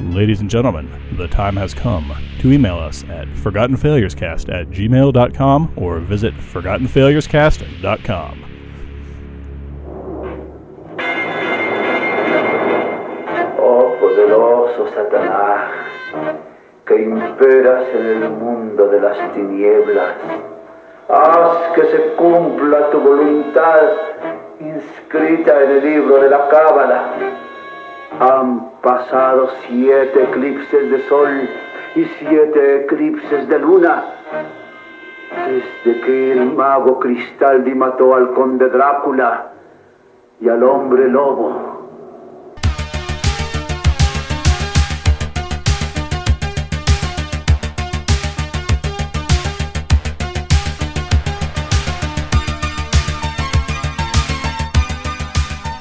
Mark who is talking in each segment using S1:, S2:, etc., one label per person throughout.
S1: Ladies and gentlemen, the time has come to email us at ForgottenFailuresCast at gmail.com or visit ForgottenFailuresCast.com.
S2: Oh poderoso Satanás, que imperas en el mundo de las tinieblas, haz que se cumpla tu voluntad inscrita en el libro de la Cábala. Han pasado siete eclipses de sol y siete eclipses de luna desde que el mago Cristaldi mató al conde Drácula y al hombre lobo.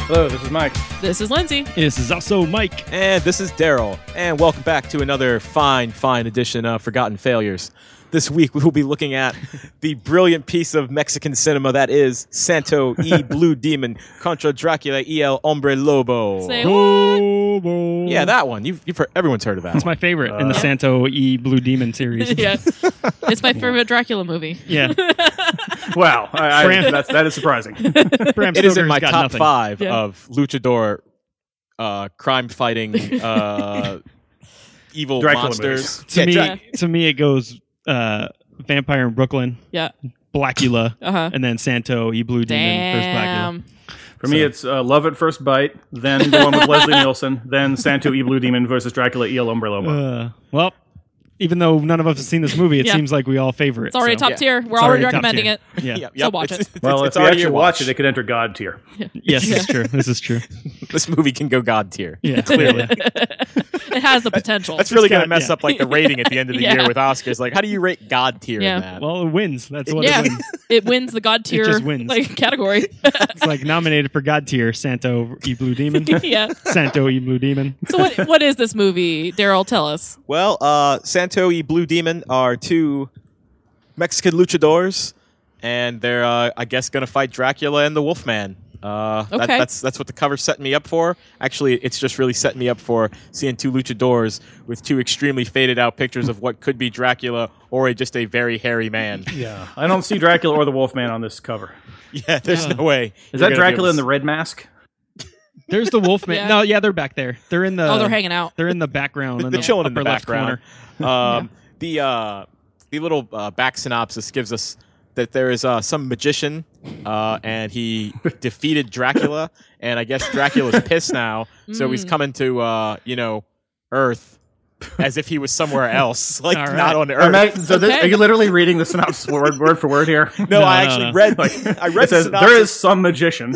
S3: Hello, this is Mike.
S4: This is Lindsay.
S5: This is also Mike.
S6: And this is Daryl, and welcome back to another fine, fine edition of Forgotten Failures. This week we will be looking at the brilliant piece of Mexican cinema that is Santo e Blue Demon contra Dracula y el Hombre Lobo.
S4: Say what?
S6: yeah, that one. You've, you've heard, everyone's heard of that.
S5: It's my favorite in the
S6: Uh,
S5: Santo E Blue Demon series.
S4: yeah. It's my favorite Dracula movie.
S5: Yeah.
S3: Wow, I, I,
S5: Fran-
S3: that's, that is surprising.
S5: Bram
S6: it is in
S5: Stoker's
S6: my
S5: got
S6: top
S5: nothing.
S6: five
S4: Yeah.
S6: of luchador, uh, crime fighting, uh, evil
S3: Dracula
S6: monsters.
S5: To
S6: Yeah,
S5: me,
S6: Drac-
S5: to me, it goes uh, Vampire in Brooklyn,
S4: Yeah.
S5: Blackula,
S4: Uh-huh.
S5: and then Santo E Blue Demon versus Blackula.
S4: Damn.
S3: For me, it's uh, Love at First Bite, then the one with Leslie Nielsen, then Santo E. Blue Demon versus Dracula E. Hombre Lobo.
S5: Uh, well, even though none of us have seen this movie, it
S4: Yeah.
S5: seems like we all favor
S4: It's
S5: it.
S4: already
S5: so-
S4: top
S6: Yeah.
S4: tier. We're
S5: It's
S4: already,
S5: top
S4: recommending
S5: tier.
S4: it.
S5: Yeah.
S6: Yep,
S4: So watch
S6: it's-
S4: it.
S6: it's-
S3: well,
S6: it's
S3: if you
S6: already
S3: actually
S6: your
S3: watch it, it could enter God tier.
S5: Yes, this is true. This is true.
S6: this movie can go god tier.
S5: Yeah, clearly.
S4: It has the potential.
S6: That's really going to
S5: got-
S6: mess
S5: yeah.
S6: up like the rating at the end of the
S4: Yeah.
S6: year with Oscars. Like, how do you rate God tier
S4: Yeah.
S6: in that?
S5: well, it wins. That's what
S4: yeah.
S5: it wins.
S4: It wins the god tier
S5: just wins.
S4: like category.
S5: It's like nominated for God tier Santo E Blue Demon.
S4: yeah.
S5: Santo E Blue Demon.
S4: So what what is this movie, Daryl? Tell us.
S6: Well, uh, Santo y Blue Demon are two Mexican luchadors, and they're, uh, I guess, going to fight Dracula and the Wolfman. Uh, that-
S4: Okay.
S6: that's that's what the cover's setting me up for. Actually, it's just really setting me up for seeing two luchadors with two extremely faded out pictures of what could be Dracula or a, just a very hairy man.
S3: Yeah. I don't see Dracula or the Wolfman on this cover.
S6: yeah, there's no way.
S3: Is that Dracula in the red mask?
S5: There's the Wolfman.
S4: Yeah.
S5: No, yeah, they're back there. They're in the.
S4: Oh, they're hanging out.
S5: They're in the background. in
S6: the
S5: the
S6: chilling in
S5: upper
S6: the
S5: left corner.
S6: background. Um, The uh, the little uh, back synopsis gives us that there is uh, some magician, uh, and he defeated Dracula, and I guess Dracula's pissed now, so
S5: Mm.
S6: he's coming to uh, you know Earth as if he was somewhere else, like
S5: All right.
S6: not on
S3: Am
S6: Earth.
S3: I- so this-
S4: Okay.
S3: are you literally reading the synopsis word, word for word here?
S6: no, I
S5: No, no,
S6: actually
S5: no.
S6: read. I read
S3: It
S6: the
S3: says,
S6: synopsis.
S3: there is some magician.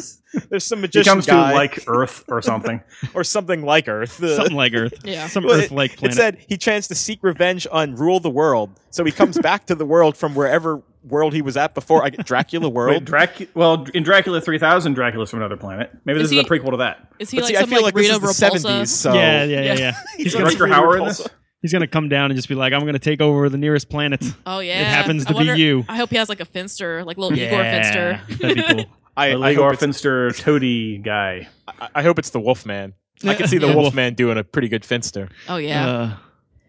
S6: there's some
S3: He
S6: magician
S3: comes
S6: guy
S3: to like Earth or something.
S6: or something like Earth.
S5: Something like Earth.
S4: Yeah.
S5: Some
S6: Well, it-
S5: Earth-like
S6: It
S5: planet.
S6: said he chanced to seek revenge on Rule the World. So he comes back to the world from wherever world he was at before. I, Dracula World.
S3: Wait, Dracu- well, in Dracula 3000, Dracula's from another planet. Maybe this
S4: Is
S3: is, a
S4: he-
S3: prequel to that.
S4: Is he
S6: But
S4: like
S6: see, I
S4: some
S6: feel
S4: like,
S6: like, this
S4: Rita
S6: is the 70s,
S4: Repulsa?
S6: so
S5: yeah, yeah, yeah,
S4: Yeah.
S5: yeah.
S6: He's
S3: Is
S5: gonna-
S3: Rutger
S6: Rita
S3: Hauer in
S6: Repulsa.
S3: this?
S5: He's gonna come down and just be like, "I'm gonna take over the nearest planet."
S4: Oh yeah.
S5: happens
S4: I
S5: to be
S4: wonder-
S5: you.
S4: I hope he has like a finster, like little Igor
S5: yeah,
S4: finster.
S5: that'd be cool.
S6: I,
S3: The
S6: I,
S3: Ligor
S6: hope it's,
S3: Finster toady guy.
S6: I- I hope it's the Wolfman. I can see the
S5: Yeah.
S6: Wolfman doing a pretty good finster.
S4: Oh yeah.
S5: Uh,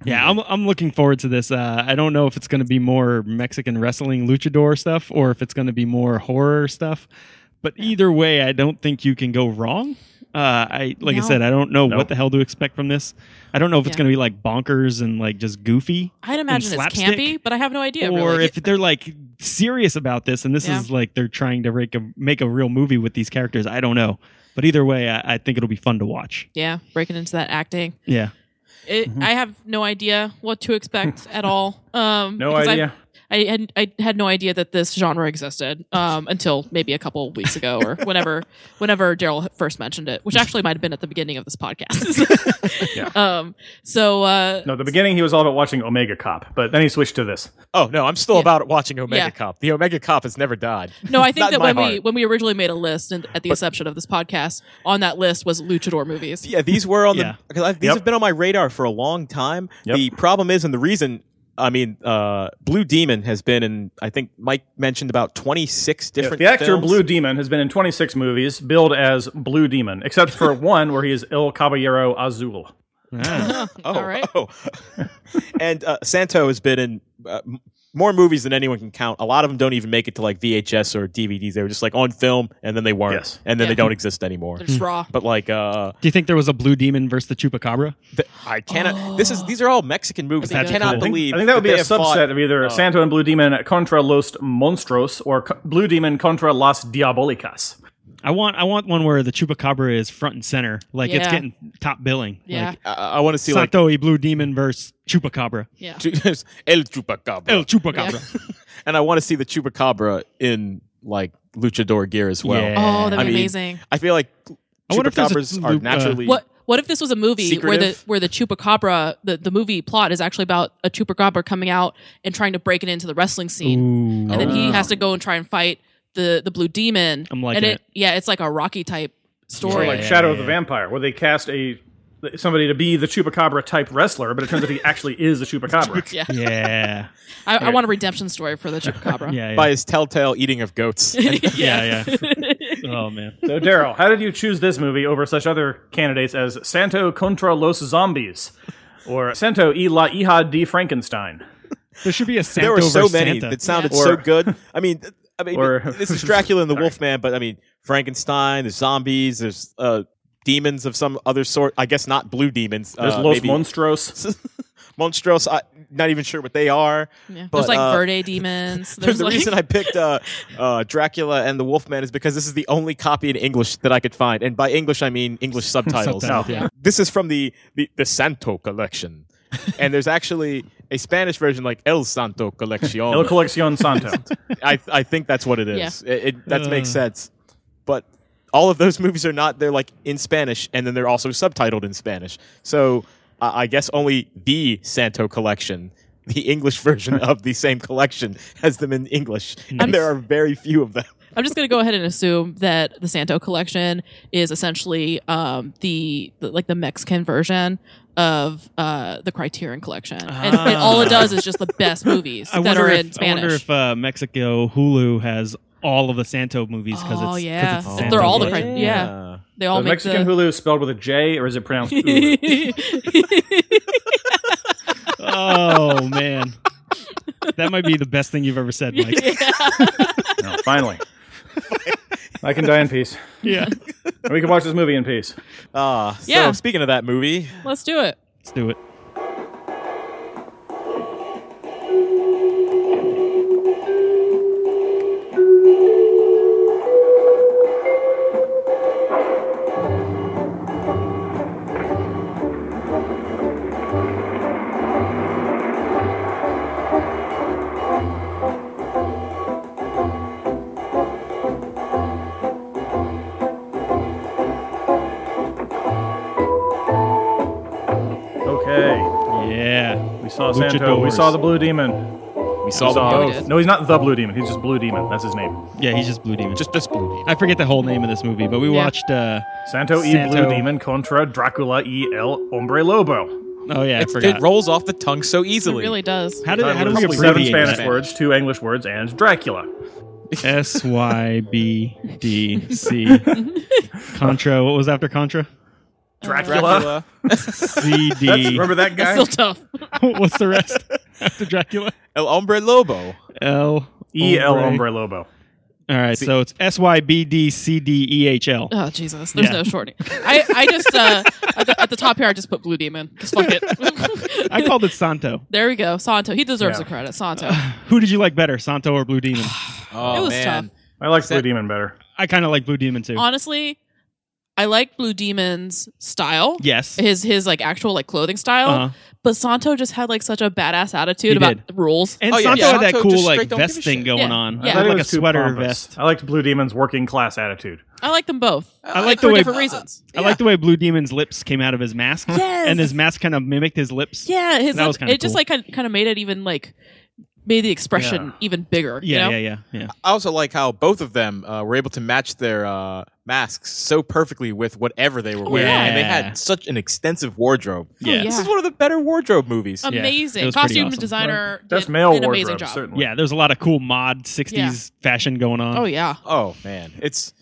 S5: yeah, I'm I'm looking forward to this. Uh, I don't know if it's gonna be more Mexican wrestling luchador stuff or if it's gonna be more horror stuff, but either way, I don't think you can go wrong. Uh, I like
S4: No.
S5: I said, I don't know
S3: No.
S5: what the hell to expect from this. I don't know if it's
S4: Yeah.
S5: gonna be like bonkers and like just goofy.
S4: I'd imagine
S5: and
S4: it's
S5: slapstick?
S4: campy, but I have no idea.
S5: or
S4: really.
S5: if they're like serious about this and this
S4: Yeah.
S5: is like they're trying to make a make a real movie with these characters i don't know but either way i, I think it'll be fun to watch
S4: yeah, breaking into that acting.
S5: yeah
S4: It, I have no idea what to expect at all. Um,
S3: No
S4: because I-
S3: idea.
S4: I, had I had no idea that this genre existed um, until maybe a couple weeks ago or whenever whenever Daryl first mentioned it, which actually might have been at the beginning of this podcast.
S3: Yeah.
S4: Um. So uh,
S3: No, at the beginning he was all about watching Omega Cop, but then he switched to this.
S6: Oh no, I'm still
S4: Yeah.
S6: about watching Omega
S4: Yeah.
S6: Cop. The Omega Cop has never died.
S4: no, I think
S6: Not
S4: that
S6: in my
S4: when we
S6: heart.
S4: when we originally made a list and at the inception of this podcast, on that list was luchador movies.
S6: Yeah, these were on
S5: Yeah.
S6: the because I've- these
S3: Yep.
S6: have been on my radar for a long time.
S3: Yep.
S6: The problem is, and the reason, I mean, uh, Blue Demon has been in. I think Mike mentioned about 26
S3: Yes,
S6: different.
S3: the actor
S6: films.
S3: Blue Demon has been in 26 movies, billed as Blue Demon, except for one where he is El Caballero Azul.
S5: Ah.
S6: Oh,
S4: All right.
S6: oh. and uh, Santo has been in uh, m- more movies than anyone can count. A lot of them don't even make it to like VHS or DVDs. They were just like on film, and then they weren't,
S3: Yes.
S6: and then
S4: Yeah.
S6: they don't exist anymore.
S4: They're just raw.
S6: Hmm. But like, uh,
S5: Do you think there was a blue demon versus the chupacabra?
S6: th- I cannot. This is these are all Mexican movies.
S4: That'd be
S6: I cannot
S4: cool.
S3: I think,
S6: believe.
S3: I think that would be
S6: they
S3: a
S6: have
S3: subset
S6: fought- Oh.
S3: of either Santo and Blue Demon contra los monstruos or co- Blue Demon contra las diabolicas.
S5: I want I want one where the chupacabra is front and center, like it's
S4: Yeah.
S5: getting top billing.
S4: Yeah.
S5: Like,
S6: I, I want to see like
S5: Santo y Blue Demon versus Chupacabra.
S4: yeah.
S6: El Chupacabra.
S5: El Chupacabra.
S6: and I want to see the Chupacabra in like luchador gear as well.
S5: Yeah.
S4: Oh, that'd be
S6: I mean,
S4: amazing.
S6: I feel like
S5: I wonder if there's a
S6: Chupacabras are
S5: loop, uh,
S6: naturally
S4: What what if this was a movie where the
S6: Secretive?
S4: where the chupacabra the, the movie plot is actually about a chupacabra coming out and trying to break it into the wrestling scene,
S5: Ooh.
S4: and then he
S3: Oh.
S4: has to go and try and fight the the blue demon.
S5: I'm liking
S4: and
S5: it.
S4: Yeah, it's like a Rocky type
S3: Or
S4: story.
S3: like
S5: Yeah,
S3: Shadow
S5: yeah.
S3: of the Vampire, where they cast a somebody to be the chupacabra type wrestler, but it turns out he actually is a chupacabra.
S4: yeah,
S5: Yeah.
S4: I, I want a redemption story for the chupacabra.
S5: Yeah. Yeah.
S6: by his telltale eating of goats. And
S5: yeah. yeah. oh man.
S3: so, Daryl, how did you choose this movie over such other candidates as Santo contra los zombies or Santo y la hija de Frankenstein?
S5: There should be a Santo
S6: there were so
S5: versus
S6: many
S5: Santa.
S6: that sounded
S3: Yeah.
S6: so
S3: Or-
S6: good. I mean, th- I mean,
S3: Or-
S6: this is Dracula and the Wolfman, but I mean, Frankenstein, there's zombies, there's uh, demons of some other sort. I guess not blue demons.
S3: There's
S6: uh,
S3: Los
S6: maybe-
S3: Monstros.
S6: Monstros. I, not even sure what they are.
S4: Yeah.
S6: But,
S4: There's like
S6: uh,
S4: Verde demons. There's
S6: the
S4: like,
S6: reason I picked uh, uh, Dracula and the Wolfman is because this is the only copy in English that I could find, and by English I mean English subtitles.
S5: Subtitles,
S4: yeah.
S6: This is from the, the the Santo collection, and there's actually a Spanish version like El Santo Colección.
S3: El Colección Santo.
S6: I I think that's what it is. It, it, that makes
S5: Uh.
S6: sense, but. All of those movies are not. They're like in Spanish, and then they're also subtitled in Spanish. So uh, I guess only the Santo collection, the English version of the same collection, has them in English, and there are very few of them.
S4: I'm just going to go ahead and assume that the Santo collection is essentially um, the, the like the Mexican version of uh, the Criterion collection, and, and all it does is just the best movies
S5: Ah. I
S4: that
S5: wonder
S4: are
S5: if
S4: in
S5: I
S4: Spanish.
S5: wonder if uh, Mexico Hulu has all of the Santo movies because
S4: Oh,
S5: it's 'cause
S4: yeah.
S5: it's
S4: They're
S5: Santo
S4: all the
S5: movies.
S4: cri- yeah. they all
S3: The
S4: make
S3: Mexican
S4: the.
S3: Hulu is spelled with a J, or is it pronounced Hulu?
S5: Oh man. That might be the best thing you've ever said, Mike.
S3: No, finally. I can die in peace.
S5: Yeah.
S3: And we can watch this movie in peace.
S6: Ah,
S4: Yeah.
S6: so speaking of that movie,
S4: Let's do it.
S5: Let's do it.
S3: Okay.
S5: Yeah.
S3: We saw Santo. We
S5: Luchadors.
S3: saw the Blue Demon.
S6: we saw
S3: Saw-
S6: the
S4: we
S6: both.
S4: did.
S3: No, he's not the Blue Demon. He's just Blue Demon. That's his name.
S5: Yeah, he's just Blue Demon.
S6: Just just blue. Demon.
S5: I forget the whole name of this movie, but we
S4: Yeah.
S5: watched. Uh,
S3: Santo, e
S5: Santo.
S3: Blue Demon contra Dracula e el hombre lobo.
S5: oh yeah, I
S6: It's-
S5: forgot.
S6: it rolls off the tongue so
S4: It
S6: easily.
S4: really does.
S5: how did how did we
S3: Probably seven
S5: abbreviate
S3: Spanish
S5: that?
S3: words, two English words, and Dracula.
S5: S Y B D C. Contra. What was after Contra?
S3: Dracula.
S6: Dracula.
S5: C D.
S3: Remember that
S4: That's
S3: guy?
S4: still tough.
S5: What's the rest after Dracula?
S6: El hombre lobo.
S5: L.
S3: E el hombre lobo.
S5: All right, so it's S Y B D C D E H L.
S4: Oh Jesus! There's
S5: Yeah.
S4: no shortening. I, I just uh, at, the, at the top here, I just put Blue Demon. Just fuck it.
S5: I called it Santo.
S4: there we go. Santo. He deserves
S3: Yeah.
S4: the credit. Santo.
S5: Who did you like better, Santo or Blue Demon?
S6: Oh
S4: It was tough.
S3: I like Blue Demon better.
S5: I kind of like Blue Demon too.
S4: honestly, I like Blue Demon's style.
S5: Yes.
S4: His his like actual like clothing style.
S5: Uh-huh.
S4: But Santo just had like such a badass attitude
S5: He
S4: about
S5: did.
S4: rules.
S5: And
S6: Oh, yeah,
S5: Santo
S6: yeah.
S5: had that
S6: Santo
S5: cool
S6: just
S5: like
S6: straight don't give a
S5: vest thing
S6: shit.
S5: going
S4: Yeah. Yeah.
S5: on. I
S4: I
S3: I thought
S5: had
S3: it
S5: like a
S3: was too
S5: sweater
S3: pompous.
S5: vest.
S3: I liked Blue Demon's working class attitude.
S4: I like them both. Uh,
S5: I like
S4: for
S5: the way
S4: different reasons.
S5: I like the way Blue Demon's lips came out of his mask,
S4: Yes.
S5: and his mask kind of mimicked his lips.
S4: Yeah, his
S5: That was
S4: it
S5: kinda
S4: just
S5: cool.
S4: like kind kind of made it even like made the expression
S3: Yeah.
S4: even bigger. you
S5: yeah,
S4: know? Oh,
S5: yeah, yeah, yeah.
S6: I also like how both of them uh, were able to match their uh, masks so perfectly with whatever they were wearing,
S5: yeah.
S6: and they had such an extensive wardrobe.
S4: Oh,
S5: Yeah.
S6: This is one of the better wardrobe movies.
S5: it
S4: Amazing
S5: was pretty
S4: costume
S5: awesome.
S4: designer.
S3: That's
S4: did
S3: male
S4: an
S3: wardrobe,
S4: amazing job.
S3: certainly.
S5: Yeah, there's a lot of cool mod '60s fashion going on.
S4: Oh yeah.
S6: oh man, it's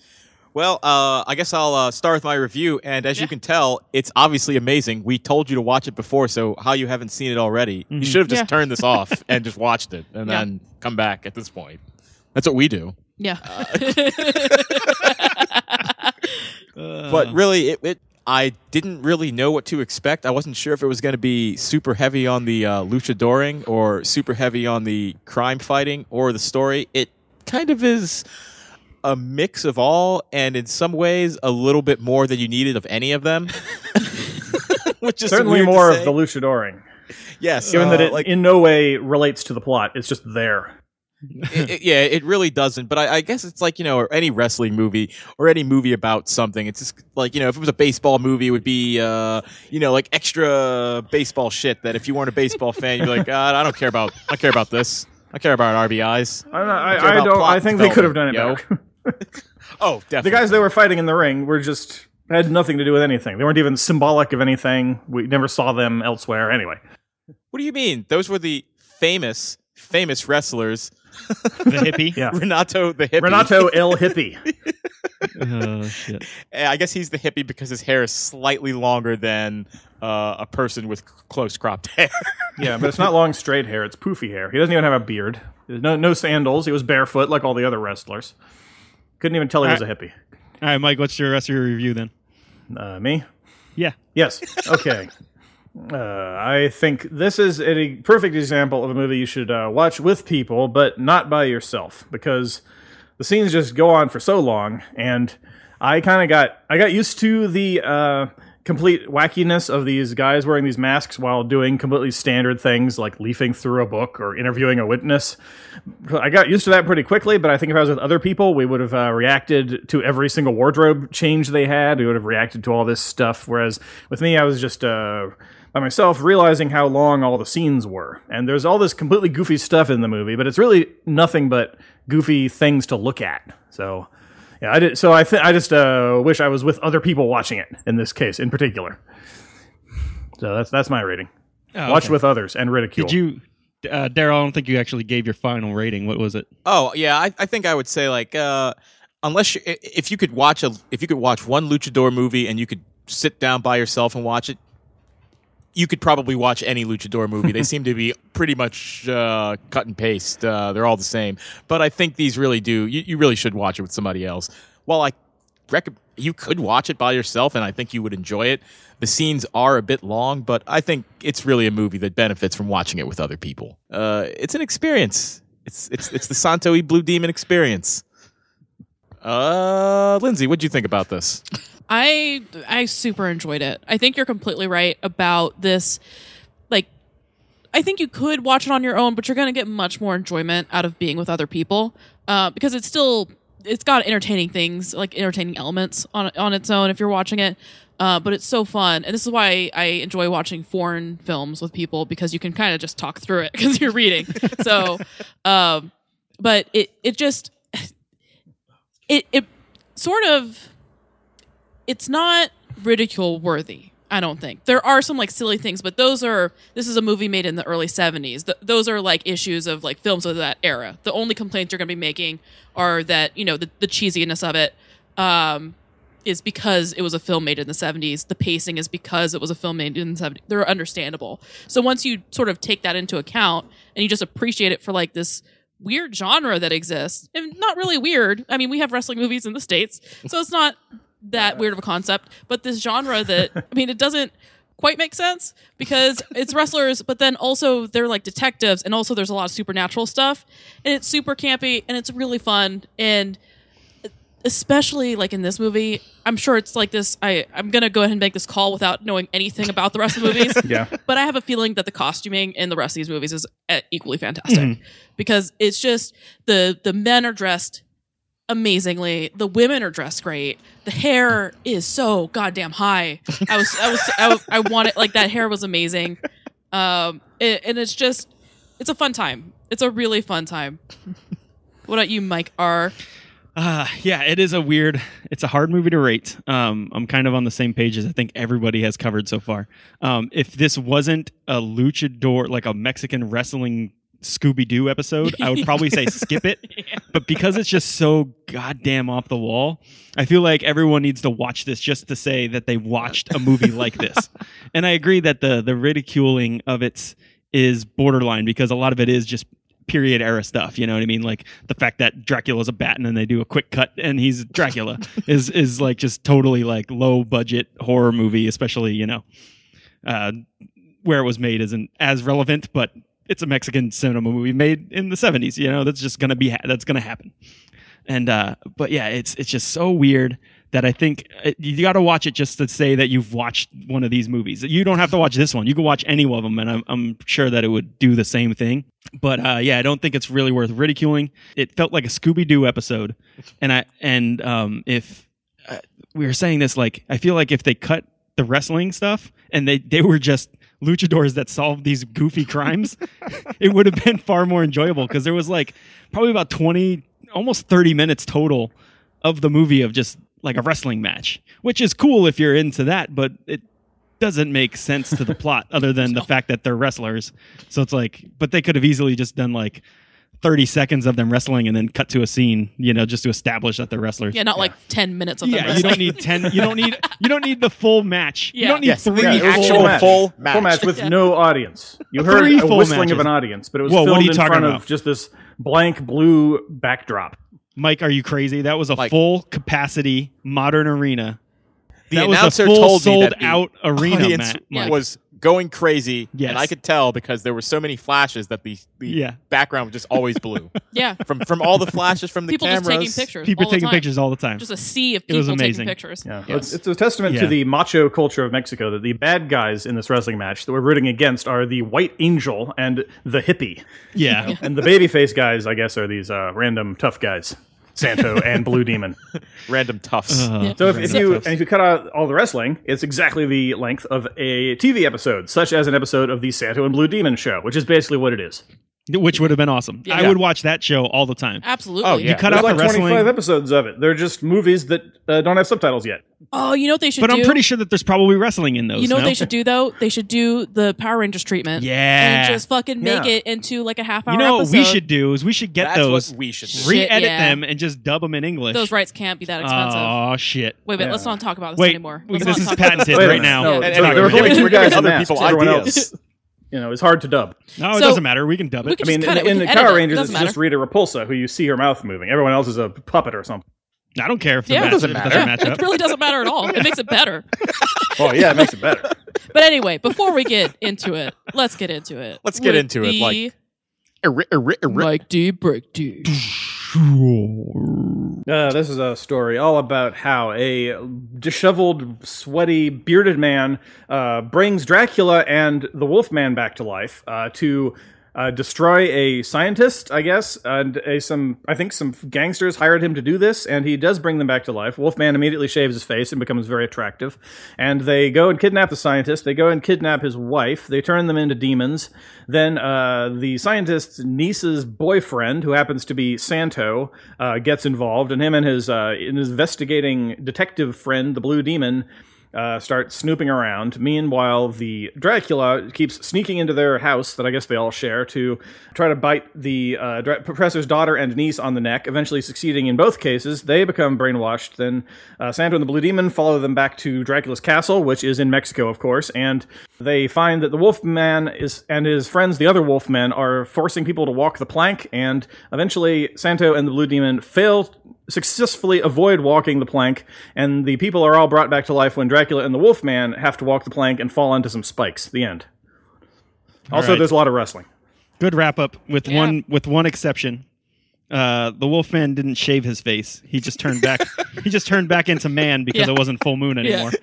S6: Well, uh, I guess I'll uh, start with my review. And as you can tell, it's obviously amazing. We told you to watch it before, so how you haven't seen it already? You should have just
S4: Yeah.
S6: turned this off and just watched it, and
S4: Yeah.
S6: then come back at this point. That's what we do.
S4: Yeah.
S3: Uh-huh.
S6: but really, it, it I didn't really know what to expect. I wasn't sure if it was going to be super heavy on the uh, luchadoring or super heavy on the crime fighting or the story. It kind of is a mix of all, and in some ways, a little bit more than you needed of any of them. Which is
S3: Certainly
S6: weird to
S3: more of
S6: say.
S3: the luchadoring,
S6: yes,
S3: given
S6: uh,
S3: that it
S6: like
S3: in no way relates to the plot. It's just there.
S6: it, it- yeah, it really doesn't. But I, I guess it's like you know, any wrestling movie or any movie about something. It's just like you know, if it was a baseball movie, it would be uh, you know, like extra baseball shit. That if you weren't a baseball fan, you'd be like, God, I don't care about, I care about this. I care about RBIs. care
S3: I, I, I
S6: about
S3: don't.
S6: plot
S3: I think they could have done it.
S6: development, yo.
S3: Better.
S6: Oh,
S3: the
S6: definitely.
S3: guys that were fighting in the ring were just had nothing to do with anything. They weren't even symbolic of anything. We never saw them elsewhere. Anyway,
S6: What do you mean? Those were the famous, famous wrestlers.
S5: the hippie.
S3: yeah,
S6: Renato the hippie.
S3: Renato El Hippie.
S5: Oh, shit.
S6: Eh, I guess he's the hippie because his hair is slightly longer than uh, a person with c- close cropped hair.
S3: Yeah, but it's not long straight hair. It's poofy hair. He doesn't even have a beard. There's No, no sandals. He was barefoot like all the other wrestlers. Couldn't even tell he was a hippie.
S5: All right, Mike. What's your rest of your review then?
S3: Uh, me?
S5: Yeah.
S3: Yes. Okay. uh, I think this is a perfect example of a movie you should uh, watch with people, but not by yourself, because the scenes just go on for so long, and I kind of got I got used to the uh, complete wackiness of these guys wearing these masks while doing completely standard things like leafing through a book or interviewing a witness. I got used to that pretty quickly, but I think if I was with other people, we would have uh, reacted to every single wardrobe change they had. We would have reacted to all this stuff. Whereas with me, I was just uh, by myself, realizing how long all the scenes were. And there's all this completely goofy stuff in the movie, but it's really nothing but goofy things to look at. So. Yeah, I did. So I, th- I just uh, wish I was with other people watching it in this case, in particular. So that's that's my rating. Watch with others and ridicule.
S5: Did you, uh, Daryl? I don't think you actually gave your final rating. What was it?
S6: Oh yeah, I, I think I would say like uh, unless you, i- if you could watch a if you could watch one luchador movie and you could sit down by yourself and watch it, you could probably watch any luchador movie. they seem to be pretty much uh, cut and paste. Uh, they're all the same. But I think these really do. You, you really should watch it with somebody else. While I rec- you could watch it by yourself, and I think you would enjoy it. The scenes are a bit long, but I think it's really a movie that benefits from watching it with other people. Uh, it's an experience. It's it's it's the Santo e Blue Demon experience. Uh, Lindsay, what'd you think about this?
S4: I I super enjoyed it. I think you're completely right about this. Like, I think you could watch it on your own, but you're going to get much more enjoyment out of being with other people uh, because it's still it's got entertaining things like entertaining elements on on its own if you're watching it. Uh, but it's so fun, and this is why I enjoy watching foreign films with people because you can kind of just talk through it because you're reading. so, um, but it it just it it sort of it's not ridicule worthy. I don't think there are some like silly things, but those are. This is a movie made in the early '70s. Th- those are like issues of like films of that era. The only complaints you're going to be making are that you know the, the cheesiness of it um, is because it was a film made in the '70s. The pacing is because it was a film made in the '70s. They're understandable. So once you sort of take that into account and you just appreciate it for like this weird genre that exists, and not really weird. I mean, we have wrestling movies in the states, so it's not that weird of a concept, but this genre that I mean, it doesn't quite make sense because it's wrestlers, but then also they're like detectives, and also there's a lot of supernatural stuff, and it's super campy and it's really fun, and especially like in this movie, I'm sure it's like this. I I'm gonna go ahead and make this call without knowing anything about the rest of the movies.
S3: Yeah.
S4: but I have a feeling that the costuming in the rest of these movies is uh, equally fantastic because it's just the the men are dressed amazingly. The women are dressed great. The hair is so goddamn high. I was I was I, was- I wanted like that hair was amazing. Um, it, and it's just it's a fun time. It's a really fun time. What about you, Mike R?
S5: Uh, yeah, it is a weird. It's a hard movie to rate. Um, I'm kind of on the same page as I think everybody has covered so far. Um, if this wasn't a luchador, like a Mexican wrestling Scooby Doo episode, I would probably say skip it. But because it's just so goddamn off the wall, I feel like everyone needs to watch this just to say that they watched a movie like this. And I agree that the the ridiculing of it's is borderline because a lot of it is just period era stuff. You know what I mean? Like the fact that Dracula's a bat and then they do a quick cut and he's Dracula is is like just totally like low budget horror movie, especially you know uh, where it was made isn't as relevant, but it's a Mexican cinema movie made in the seventies. You know that's just gonna be ha- that's gonna happen. And uh, but yeah, it's it's just so weird that I think uh, you got to watch it just to say that you've watched one of these movies. You don't have to watch this one. You can watch any of them, and I'm, I'm sure that it would do the same thing. But uh, yeah, I don't think it's really worth ridiculing. It felt like a Scooby Doo episode, and I and um, if uh, we were saying this, like I feel like if they cut the wrestling stuff and they they were just luchadors that solved these goofy crimes, it would have been far more enjoyable because there was like probably about twenty, almost thirty minutes total of the movie of just like a wrestling match, which is cool if you're into that, but it doesn't make sense to the plot other than the fact that they're wrestlers. So it's like, but they could have easily just done like 30 seconds of them wrestling and then cut to a scene, you know, just to establish that they're wrestlers.
S4: Yeah, not like ten minutes of
S5: Yeah,
S4: them.
S5: you don't
S4: wrestling.
S5: need 10 you don't need you don't need the full match. You
S4: Yeah.
S5: don't need
S4: Yes,
S5: three
S6: yeah, it was
S5: full
S6: actual
S5: match.
S6: full
S3: Full
S6: match.
S3: match with no audience. You heard
S5: Three
S3: a
S5: full
S3: whistling
S5: matches.
S3: of an audience, but it was
S5: Whoa, what are
S3: filmed
S5: you
S3: in
S5: talking
S3: front
S5: about?
S3: of just this blank blue backdrop.
S5: Mike, are you crazy? That was a
S6: Like-
S5: full capacity modern arena.
S6: The
S5: that
S6: announcer
S5: was a full
S6: told me
S5: sold
S6: that the
S5: out arena
S6: audience
S5: Matt, Mike.
S6: was going crazy,
S5: Yes.
S6: and I could tell because there were so many flashes that the, the
S5: Yeah.
S6: background was just always blue
S4: yeah,
S6: from from all the flashes from the
S4: people
S6: cameras.
S4: just taking pictures.
S5: people
S4: all the
S5: taking
S4: time.
S5: pictures all the time.
S4: Just a sea of
S5: It was
S4: people taking
S5: amazing.
S4: pictures.
S3: Yeah,
S6: Yes.
S3: it's, it's a testament
S5: Yeah.
S3: to the macho culture of Mexico that the bad guys in this wrestling match that we're rooting against are the white angel and the hippie,
S5: yeah.
S3: and the babyface guys, I guess, are these uh, random tough guys, Santo and Blue Demon.
S6: Random tufts.
S5: Uh,
S3: So if, if you and if you cut out all the wrestling, it's exactly the length of a TV episode, such as an episode of the Santo and Blue Demon show, which is basically what it is.
S5: which would have been awesome. I
S4: Yeah.
S5: would watch that show all the time.
S4: Absolutely.
S6: Oh, yeah.
S5: You cut
S3: There's
S5: out
S3: like
S5: the wrestling,
S3: 25 episodes of it. They're just movies that uh, don't have subtitles yet.
S4: Oh, you know what they should
S5: but
S4: do?
S5: I'm pretty sure that there's probably wrestling in those.
S4: You know what
S5: no?
S4: they should do though? They should do the Power Rangers treatment.
S5: Yeah.
S4: And just fucking make
S3: Yeah.
S4: it into like a half hour
S5: You know what
S4: episode.
S5: we should do is we should get
S6: That's
S5: those,
S6: what we should do.
S4: Shit,
S5: re-edit
S4: yeah.
S5: them, and just dub them in English.
S4: Those rights can't be that expensive.
S5: Oh shit!
S4: wait, wait,
S3: yeah.
S4: let's not talk about this
S5: Wait,
S4: anymore.
S5: we-
S4: Let's
S5: this
S4: not
S5: is
S4: talk about
S5: patented
S4: this.
S3: Wait a
S5: right
S3: minute.
S5: now.
S3: No,
S6: And
S3: it's
S6: anyway,
S3: not. There
S6: we're
S3: were only
S6: giving-
S3: two
S6: we're giving
S3: guys
S6: other
S3: masked.
S6: people
S3: Everyone
S6: ideas.
S3: else, you know, it's hard to dub.
S5: No, it
S4: So-
S5: doesn't matter. We can dub
S4: We
S5: it.
S4: can
S3: I mean,
S4: just cut
S3: in,
S4: it. We
S3: in
S4: can
S3: the
S4: edit
S3: Power
S4: it.
S3: Rangers, it's
S4: Doesn't matter.
S3: just Rita Repulsa, who you see her mouth moving. Everyone else is a puppet or something.
S5: I don't care if the
S4: Yeah.
S5: match
S4: Doesn't
S5: if
S6: matter.
S5: match
S4: it
S5: up.
S4: really doesn't matter at all. It makes it better.
S3: Oh yeah, it makes it better.
S4: But anyway, before we get into it, let's get into it.
S6: Let's get
S4: With
S6: into it,
S4: the
S6: like- Eri- eri- eri-
S4: Mike D. Brick
S5: Oh,
S4: D.
S3: Uh, this is a story all about how a disheveled, sweaty, bearded man uh, brings Dracula and the Wolfman back to life uh, to uh, destroy a scientist, I guess, and a, some I think some gangsters hired him to do this, and he does bring them back to life. Wolfman immediately shaves his face and becomes very attractive, and they go and kidnap the scientist. They go and kidnap his wife. They turn them into demons. Then uh, the scientist's niece's boyfriend, who happens to be Santo, uh, gets involved, and him and his uh, an investigating detective friend, the Blue Demon, uh, start snooping around. Meanwhile, the Dracula keeps sneaking into their house that I guess they all share to try to bite the uh, dra- professor's daughter and niece on the neck, eventually succeeding in both cases. They become brainwashed. Then uh, Santo and the Blue Demon follow them back to Dracula's castle, which is in Mexico, of course, and they find that the Wolfman is and his friends, the other Wolfmen, are forcing people to walk the plank, and eventually Santo and the Blue Demon fail successfully avoid walking the plank, and the people are all brought back to life when Dracula and the Wolfman have to walk the plank and fall onto some spikes. The end. Also,
S5: right.
S3: there's a lot of wrestling.
S5: Good wrap up with one with one exception. Uh, the Wolfman didn't shave his face. He just turned back. he just turned back into man because
S4: Yeah.
S5: it wasn't full moon
S4: Yeah.
S5: anymore.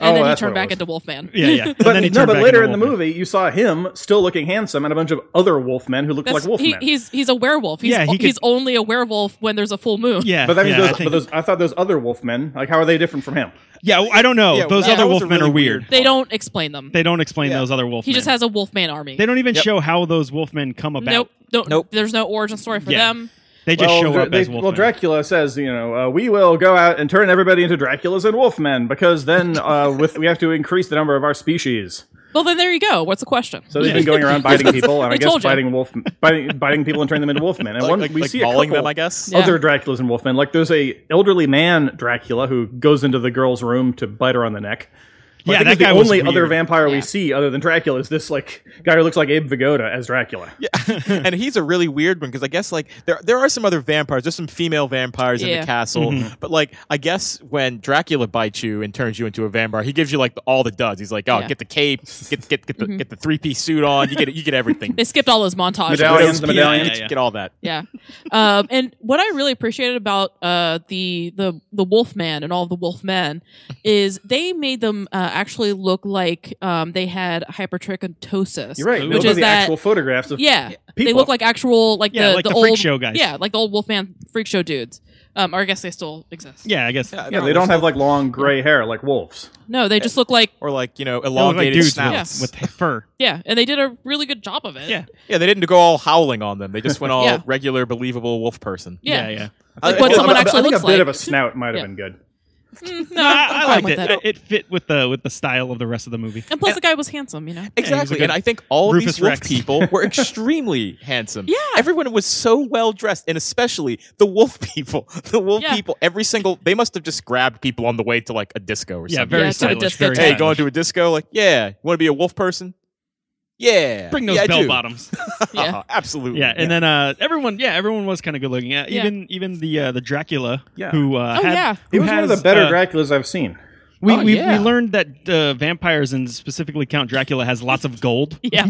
S4: And
S3: Oh,
S4: then he
S3: that's
S4: turned
S3: what it
S4: back
S3: was.
S4: into Wolfman.
S5: Yeah, yeah.
S3: But,
S5: then he
S3: no,
S5: turned
S3: but
S5: back
S3: later
S5: into
S3: in the
S5: Wolfman.
S3: movie, you saw him still looking handsome and a bunch of other Wolfmen who looked
S4: That's,
S3: like Wolfmen.
S4: he, he's he's a werewolf. He's,
S5: Yeah, he could-
S4: he's only a werewolf when there's a full moon.
S5: Yeah,
S3: but that means
S5: yeah, I
S3: those,
S5: think-
S3: but those, I thought those other Wolfmen, like, how are they different from him?
S5: yeah, I don't know.
S6: Yeah,
S5: those
S6: that
S5: other
S6: was a
S5: Wolfmen are
S6: really
S5: weird.
S6: weird-
S4: They don't explain them.
S5: They don't explain
S6: Yeah.
S5: those other Wolfmen.
S4: he just has a Wolfman army.
S5: They don't even show how those Wolfmen come about.
S4: nope, don't,
S6: Nope.
S4: There's no origin story for
S5: Yeah.
S4: them.
S5: They just show
S3: Dra-
S5: up
S3: they-
S5: as Wolfmen.
S3: well, Dracula says, you know, uh, we will go out and turn everybody into Draculas and Wolfmen because then uh, with we have to increase the number of our species.
S4: Well, then there you go. What's the question?
S3: So they've been going around biting people, and I
S4: I
S3: guess
S4: told you.
S3: biting wolf, biting, biting people and turning them into wolfmen. And
S6: Like,
S3: one
S6: like,
S3: we
S6: like
S3: see a
S6: mauling
S3: couple
S6: them, I guess.
S4: Yeah.
S3: other Draculas and wolfmen. Like there's a elderly man Dracula who goes into the girl's room to bite her on the neck. I
S5: Yeah,
S3: think
S5: that
S3: it's the
S5: guy was
S3: only
S5: weird.
S3: other vampire we
S4: Yeah.
S3: see other than Dracula is this like guy who looks like Abe Vigoda as Dracula.
S6: and he's a really weird one because I guess like there there are some other vampires. There's some female vampires in
S4: Yeah.
S6: the castle,
S3: Mm-hmm.
S6: but like I guess when Dracula bites you and turns you into a vampire, he gives you like all the duds. He's like, oh,
S4: Yeah. Mm-hmm.
S6: get the cape, get get get the, get the three piece suit on. You get you get everything.
S4: They skipped all those montages.
S3: Medallion. Medallions, the
S6: Get-
S3: medallions.
S6: get- get all that.
S4: Yeah. Um, and what I really appreciated about uh, the the the Wolfman and all the Wolfmen is they made them uh, actually look like um, they had hypertrichotillomania.
S3: You're right.
S5: Which
S3: Those
S4: is
S3: are the
S4: that-
S3: actual photographs of
S4: Yeah, they
S3: people.
S4: look like actual like
S5: Yeah,
S4: the,
S5: like
S4: the,
S5: the
S4: old
S5: freak show guys.
S4: Yeah, like the old Wolfman freak show dudes. Um, or I guess they still exist.
S5: Yeah, I guess.
S3: Yeah, they don't have like long gray hair like wolves.
S4: No, they just look like
S6: or like you know
S5: They look like
S6: elongated
S5: dudes
S6: snouts.
S5: with, with fur.
S4: yeah, and they did a really good job of it.
S5: Yeah.
S6: yeah, they didn't go all howling on them. They just went all
S4: Yeah.
S6: regular, believable wolf person.
S4: Yeah.
S5: yeah.
S4: Like what
S3: I-
S4: someone
S3: I-
S4: actually
S3: I think
S4: looks
S3: a bit
S4: like.
S3: of a snout might have
S4: Yeah.
S3: been good.
S4: Mm,
S5: No,
S4: no, I'm
S5: I, I
S4: fine
S5: liked
S4: with
S5: it.
S4: that.
S5: It fit with the with the style of the rest of the movie.
S4: And plus, the guy was handsome. You know.
S5: he was a
S6: Exactly,
S5: good
S6: and I think all of
S5: Rufus
S6: these wolf
S5: Rex.
S6: people were extremely handsome.
S4: Yeah.
S6: everyone was so well dressed, and especially the wolf people. The wolf
S4: Yeah.
S6: people, every single they must have just grabbed people on the way to like a disco or
S5: Yeah,
S6: something.
S5: very
S4: Yeah, to the
S5: stylish. Very
S4: discotheque.
S6: hey,
S5: stylish.
S6: going to a disco? Like, yeah, want to be a wolf person? Yeah,
S5: bring those
S6: yeah, I
S5: bell
S6: do.
S5: bottoms.
S4: Yeah.
S6: absolutely.
S5: Yeah, and then uh, everyone, yeah, everyone was kind of good looking. Yeah,
S4: Yeah.
S5: even even the uh, the Dracula
S3: Yeah.
S5: who uh,
S4: Oh,
S5: had-
S4: yeah.
S5: who
S3: He was one of the
S5: has,
S3: better
S5: uh,
S3: Draculas I've seen.
S5: We,
S6: Oh,
S5: we,
S6: yeah.
S5: we learned that uh, vampires and specifically Count Dracula has lots of gold,
S4: Yeah.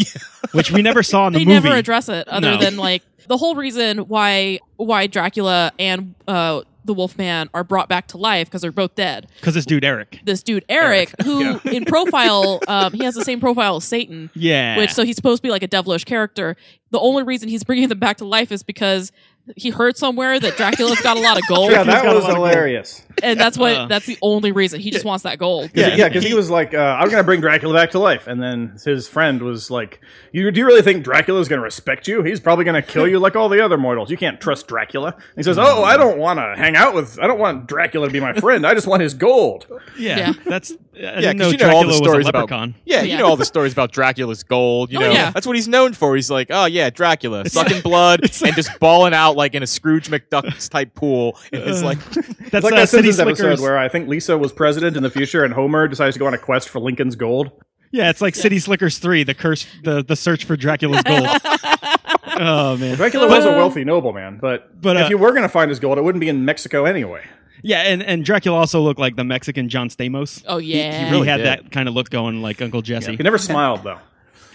S5: which we never saw in the
S4: they
S5: movie.
S4: never address it other
S5: No.
S4: than like the whole reason why why Dracula and uh the Wolfman are brought back to life because they're both dead.
S5: because this dude Eric.
S4: This dude Eric, who in profile, um, he has the same profile as Satan,
S5: Yeah,
S4: which so he's supposed to be like a devilish character. The only reason he's bringing them back to life is because he heard somewhere that Dracula's got a lot of gold,
S3: Yeah,
S5: got
S3: that
S5: a
S3: was
S5: lot of gold.
S3: hilarious.
S4: and that's what
S5: Uh.
S4: that's the only reason he just wants that gold.
S3: Cause,
S5: Yeah.
S3: yeah, because he, was like, uh, "I'm gonna bring Dracula back to life," and then his friend was like, "You do you really think Dracula's gonna respect you? He's probably gonna kill you like all the other mortals. You can't trust Dracula." And he says, "Oh, I don't want to hang out with. I don't want Dracula to be my friend. I just want his gold."
S5: yeah,
S4: yeah.
S5: that's uh, I
S6: Yeah,
S5: didn't know
S6: because you know
S5: Dracula
S6: all the
S5: was
S6: stories
S5: a
S6: about.
S5: leprechaun.
S6: Yeah, you
S4: Yeah.
S6: know all the stories about Dracula's gold. You
S4: Oh,
S6: know
S4: yeah.
S6: that's what he's known for. He's like, oh yeah, Dracula, sucking blood and just balling out like in a Scrooge McDuck type pool. And it's like,
S5: That's
S3: like
S5: uh,
S3: that
S5: City
S3: Simpsons episode
S5: Slickers.
S3: where I think Lisa was president in the future, and Homer decides to go on a quest for Lincoln's gold.
S5: yeah, it's like City Slickers three, the curse, the the search for Dracula's gold. oh man,
S3: Dracula was a wealthy nobleman, but
S5: But, uh,
S3: if you were gonna find his gold, it wouldn't be in Mexico anyway.
S5: yeah, and and Dracula also looked like the Mexican John Stamos.
S4: Oh yeah,
S5: He had
S6: did.
S5: that kind of look going, like Uncle Jesse.
S3: He never smiled though.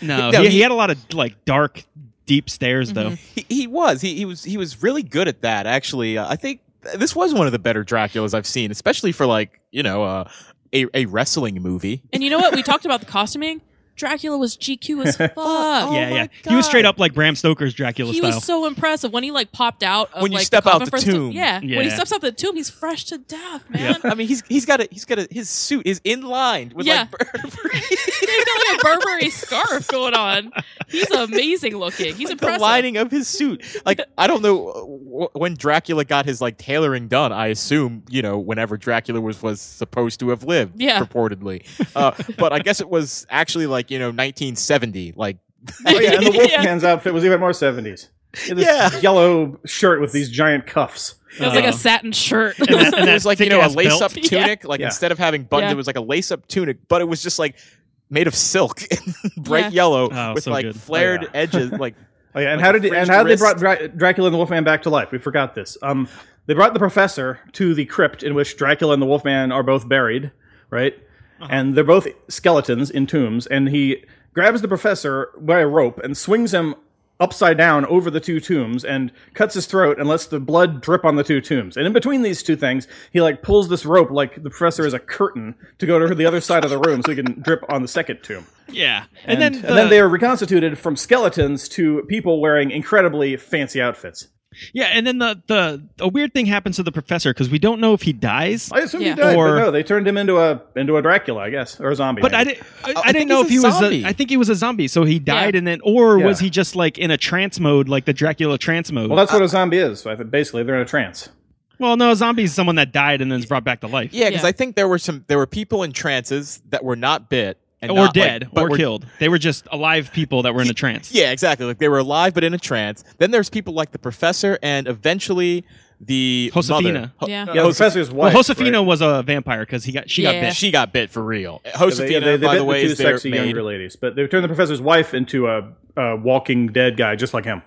S5: No,
S6: No,
S5: he,
S6: he-
S5: he had a lot of like dark, deep stares though.
S4: Mm-hmm.
S6: he, he was he, he was he was really good at that. Actually, uh, I think th- this was one of the better Draculas I've seen, especially for like you know uh, a a wrestling movie.
S4: and you know what? We talked about the costuming. Dracula was GQ as fuck.
S5: yeah, yeah. He was straight up like Bram Stoker's Dracula
S4: Oh he
S5: style.
S4: was so impressive when he like popped out of
S6: When you
S4: like,
S6: step
S4: the
S6: out
S4: coffin
S6: the
S4: for his to-
S6: tomb.
S4: yeah. when he
S5: Yeah.
S4: steps out the tomb, he's fresh to death, man.
S6: I mean, he's he's got a he's got a his suit is in line with
S4: Yeah.
S6: like Burberry.
S4: he's got like a Burberry scarf going on. He's amazing looking. He's
S6: the
S4: impressive.
S6: lining of his suit. Like I don't know uh, wh- when Dracula got his like tailoring done. I assume you know whenever Dracula was was supposed to have lived,
S4: Yeah.
S6: purportedly. Uh, but I guess it was actually like you know 1970. Like
S3: Oh, yeah, and the
S4: Yeah.
S3: Wolfman's outfit was even more 70s. He had this
S6: Yeah.
S3: yellow shirt with these giant cuffs.
S4: It was like
S5: Uh,
S4: a satin shirt.
S5: and that- and
S6: it was
S5: that
S6: like you know a
S5: thick-ass
S6: lace up
S5: belt.
S4: belt. Yeah.
S6: tunic. Like
S3: Yeah.
S6: instead of having buttons,
S4: Yeah.
S6: it was like a lace up tunic, but it was just like made of silk, bright
S4: Yeah.
S6: yellow
S5: Oh,
S6: with
S5: so
S6: like
S5: good. Oh,
S6: flared
S3: yeah.
S6: edges. Like
S3: Oh, yeah, and
S6: Like
S3: how
S6: a
S3: did and
S6: fringed
S3: how did they
S6: wrist.
S3: brought Dra- Dracula and the Wolfman back to life? We forgot this. Um, they brought the professor to the crypt in which Dracula and the Wolfman are both buried, right?
S6: Uh-huh.
S3: And they're both skeletons in tombs, and he grabs the professor by a rope and swings him upside down over the two tombs and cuts his throat and lets the blood drip on the two tombs. And in between these two things, he like pulls this rope like the professor is a curtain to go to the other side of the room so he can drip on the second tomb.
S5: yeah, and,
S3: And,
S5: then the,
S3: and then they are reconstituted from skeletons to people wearing incredibly fancy outfits.
S5: yeah, and then the the a weird thing happens to the professor because we don't know if he dies.
S3: I assume
S4: Yeah.
S3: he died,
S5: Or-
S3: but no, they turned him into a into a Dracula, I guess, or a zombie.
S5: But I
S3: maybe.
S5: didn't. I, I
S6: Oh, think
S5: didn't know
S6: he's
S5: if
S6: a
S5: he was.
S6: zombie.
S5: A, I think he was a zombie, so he died, and then, or
S3: Yeah.
S5: was he just like in a trance mode, like the Dracula trance mode?
S3: Well, that's what a zombie is. So I Uh, think basically, they're in a trance.
S5: Well, no, a zombie is someone that died and then is brought back to life.
S6: yeah, because
S4: Yeah.
S6: I think there were some there were people in trances that were not bit. and
S5: or
S6: not, like-
S5: dead
S6: but
S5: or
S6: were-
S5: killed. They were just alive people that were in a trance.
S6: Yeah, exactly. Like they were alive but in a trance. Then there's people like the professor and eventually the
S5: Josefina.
S6: mother. Ho-
S4: Yeah.
S3: Yeah, the professor's
S5: Well,
S3: wife.
S5: Josefina
S3: right?
S5: was a vampire because he got she got
S4: Yeah.
S5: bit.
S6: She got bit for real.
S3: Yeah, they-
S6: Josefina,
S3: they, they
S6: by
S3: bit
S6: the way,
S3: two
S6: is their
S3: sexy
S6: maid.
S3: younger ladies, but they turned the professor's wife into a, a walking dead guy, just like him.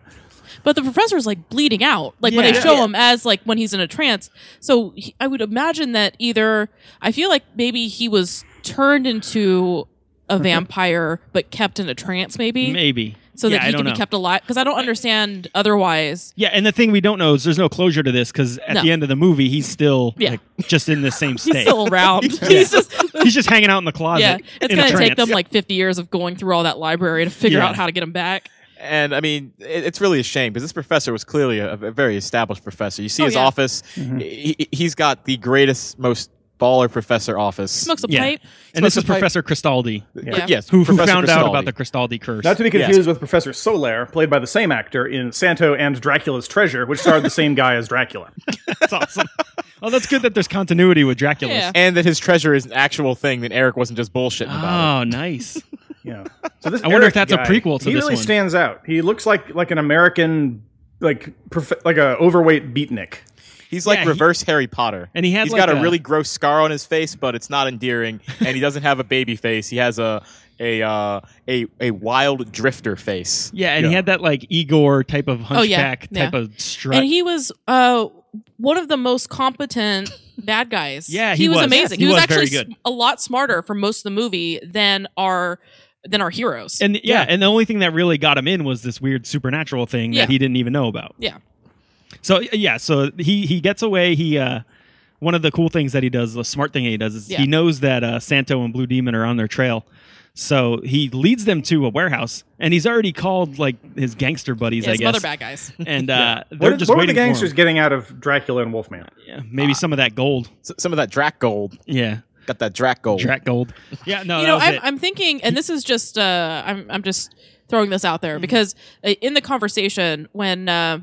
S4: But the professor's like bleeding out, like when they
S5: Yeah.
S4: show him as like when he's in a trance. So he, I would imagine that either I feel like maybe he was turned into a vampire but kept in a trance, maybe,
S5: Maybe
S4: so
S5: Yeah,
S4: that
S5: I
S4: he
S5: don't
S4: can
S5: know.
S4: be kept alive. Because I don't understand otherwise.
S5: Yeah, and the thing we don't know is there's no closure to this because at
S4: No.
S5: the end of the movie he's still
S4: Yeah.
S5: like, just in the same
S4: He's
S5: state.
S4: still around. He's just
S5: He's just hanging out in the closet.
S4: yeah. It's
S5: in a
S4: gonna take
S5: trance.
S4: them like fifty years of going through all that library to figure
S5: Yeah.
S4: out how to get him back.
S6: And I mean, it, it's really a shame because this professor was clearly a, a very established professor. You see
S4: Oh,
S6: his
S4: yeah.
S6: office;
S5: Mm-hmm.
S6: he, he- he's got the greatest, most baller professor office.
S4: Smokes a
S5: Yeah.
S4: pipe.
S5: And this is
S6: Smokes a pipe.
S5: Professor Cristaldi,
S4: Yeah.
S6: Yes,
S5: who, who
S6: Professor
S5: found out
S6: Cristaldi.
S5: about the Cristaldi curse.
S3: Not to be
S6: Yes.
S3: confused with Professor Solaire, played by the same actor in Santo and Dracula's Treasure, which starred the same guy as Dracula.
S5: that's awesome. well, that's good that there's continuity with Dracula's.
S4: Yeah.
S6: and that his treasure is an actual thing that Eric wasn't just bullshitting about.
S5: Oh, nice.
S3: Yeah. So this
S5: I wonder if
S3: Eric
S5: that's a
S3: guy,
S5: prequel to
S3: he
S5: this
S3: really
S5: one.
S3: stands out. He looks like like an American, like prof- like a overweight beatnik.
S6: It.
S4: Oh.
S6: He's like
S5: Yeah, he-
S6: reverse Harry Potter,
S5: And he had
S6: has
S5: like
S6: got a,
S5: a-
S6: really gross scar on his face, but it's not endearing. and he doesn't have a baby face; he has a a uh, a a wild drifter face.
S5: Yeah, and he
S3: Yeah.
S5: had that like Igor type of
S4: Oh, yeah.
S5: hunchback type
S4: Yeah.
S5: of strut.
S4: And he was uh, one of the most competent bad guys.
S5: Yeah, he
S4: was,
S5: was.
S4: amazing.
S5: He
S4: he, was,
S5: was very
S4: actually
S5: good.
S4: s- a lot smarter for most of the movie than our than our heroes.
S5: And, yeah, and the only thing that really got him in was this weird supernatural thing
S4: Yeah.
S5: that he didn't even know about.
S4: yeah,
S5: So yeah, so he he gets away. He uh, one of the cool things that he does, the smart thing he does, is
S4: Yeah.
S5: he knows that uh, Santo and Blue Demon are on their trail. So he leads them to a warehouse, and he's already called like his gangster buddies,
S4: yeah
S5: I
S4: some
S5: guess.
S4: other bad guys.
S5: And uh,
S3: What,
S5: they're
S3: did-
S5: just
S3: what were the
S5: waiting
S3: gangsters
S5: for him.
S3: getting out of Dracula and Wolfman?
S5: Yeah, maybe some of that gold.
S6: S- some of that drac gold.
S5: Yeah,
S6: Got that drac gold.
S5: track gold. Yeah, no,
S4: you
S5: that
S4: know,
S5: was
S4: I'm,
S5: it.
S4: I'm thinking, and this is just uh, I'm I'm just throwing this out
S5: Mm-hmm.
S4: there because uh, in the conversation when. Uh,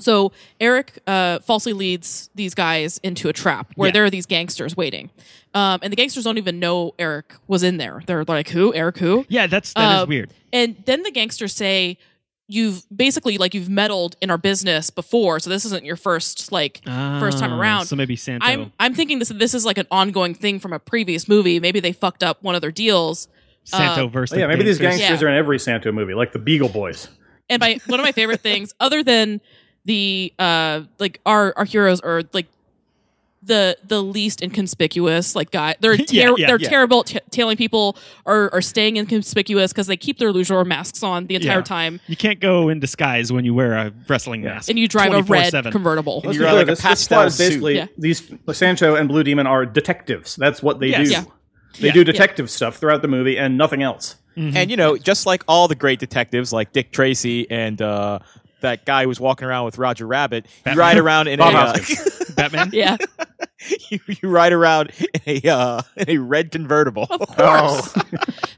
S4: so Eric uh, falsely leads these guys into a trap where
S5: Yeah.
S4: there are these gangsters waiting, um, and the gangsters don't even know Eric was in there. They're like, "Who? Eric? Who?"
S5: yeah, that's that is
S4: Uh,
S5: weird.
S4: And then the gangsters say, "You've basically like you've meddled in our business before, so this isn't your first like first time
S5: Ah,
S4: around."
S5: So maybe Santo.
S4: I'm uh, I'm thinking this this is like an ongoing thing from a previous movie. Maybe they fucked up one of their deals.
S5: Santo
S4: uh,
S5: versus
S3: Oh, yeah,
S5: the
S3: maybe these
S5: gangsters.
S3: gangsters
S4: Yeah.
S3: are in every Santo movie, like the Beagle Boys.
S4: And my one of my favorite things, other than the uh like our our heroes are like the the least inconspicuous like guy they're ter-
S5: Yeah, yeah,
S4: they're
S5: yeah.
S4: terrible at ta- tailing people or are staying inconspicuous because they keep their illusory masks on the entire
S5: Yeah.
S4: time
S5: You can't go in disguise when you wear a wrestling mask.
S4: and you drive a red
S5: 24/7.
S4: convertible
S3: Let's
S6: you're
S3: be clear,
S6: like a
S3: this, this
S6: pastel
S3: plot is
S6: suit.
S3: basically
S4: Yeah.
S3: these Sancho and Blue Demon are detectives. That's what they
S5: Yes.
S3: do.
S4: Yeah.
S3: They do detective stuff throughout the movie and nothing else.
S5: Mm-hmm.
S6: And you know, just like all the great detectives, like Dick Tracy and uh, that guy who was walking around with Roger Rabbit, you ride around in a
S3: Bob
S6: uh,
S5: Batman.
S4: yeah
S6: you, you ride around in a uh, in a red convertible.
S3: Oh,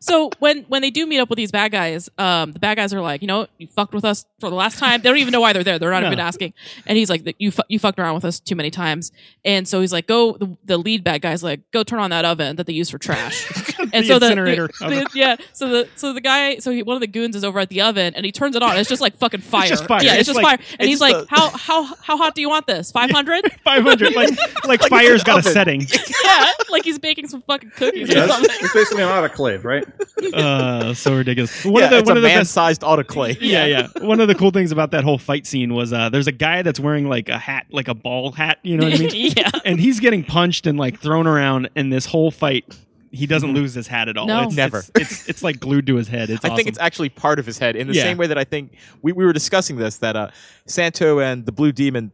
S4: So when when they do meet up with these bad guys, um, the bad guys are like, you know, you fucked with us for the last time. They don't even know why they're there. They're not
S5: No.
S4: even asking. And he's like, you fu- you fucked around with us too many times. And so he's like, go. The, the lead bad guy's like, go turn on that oven that they use for trash. and
S5: The
S4: so the-
S5: incinerator
S4: the,
S5: oven.
S4: the- yeah. So the so the guy so he, one of the goons is over at the oven and he turns it on. It's just like fucking fire.
S5: just fire.
S4: Yeah, it's,
S5: It's
S4: just
S5: like-
S4: fire. And he's
S6: it's
S4: like,
S6: just
S4: how how how hot do you want this? Five hundred?
S5: Five hundred, like like, fire's got a setting.
S4: yeah. Like he's baking some fucking cookies. Or
S3: that's,
S4: something.
S3: it's basically an autoclave, right?
S5: Uh, so ridiculous. One
S6: yeah,
S5: of the
S6: it's
S5: one
S6: a
S5: of the best.
S6: man-sized autoclave.
S5: Yeah, yeah. One of the cool things about that whole fight scene was uh, there's a guy that's wearing like a hat, like a ball hat. You know what I mean?
S4: yeah.
S5: And he's getting punched and like thrown around. And this whole fight, he
S4: Mm-hmm.
S5: doesn't lose his hat at all.
S4: No.
S5: It's,
S6: Never.
S5: It's, it's it's, like glued to his head. It's.
S6: I
S5: awesome.
S6: think it's actually part of his head. In the
S5: Yeah.
S6: same way that I think we, we were discussing this, that uh, Santo and the Blue Demon,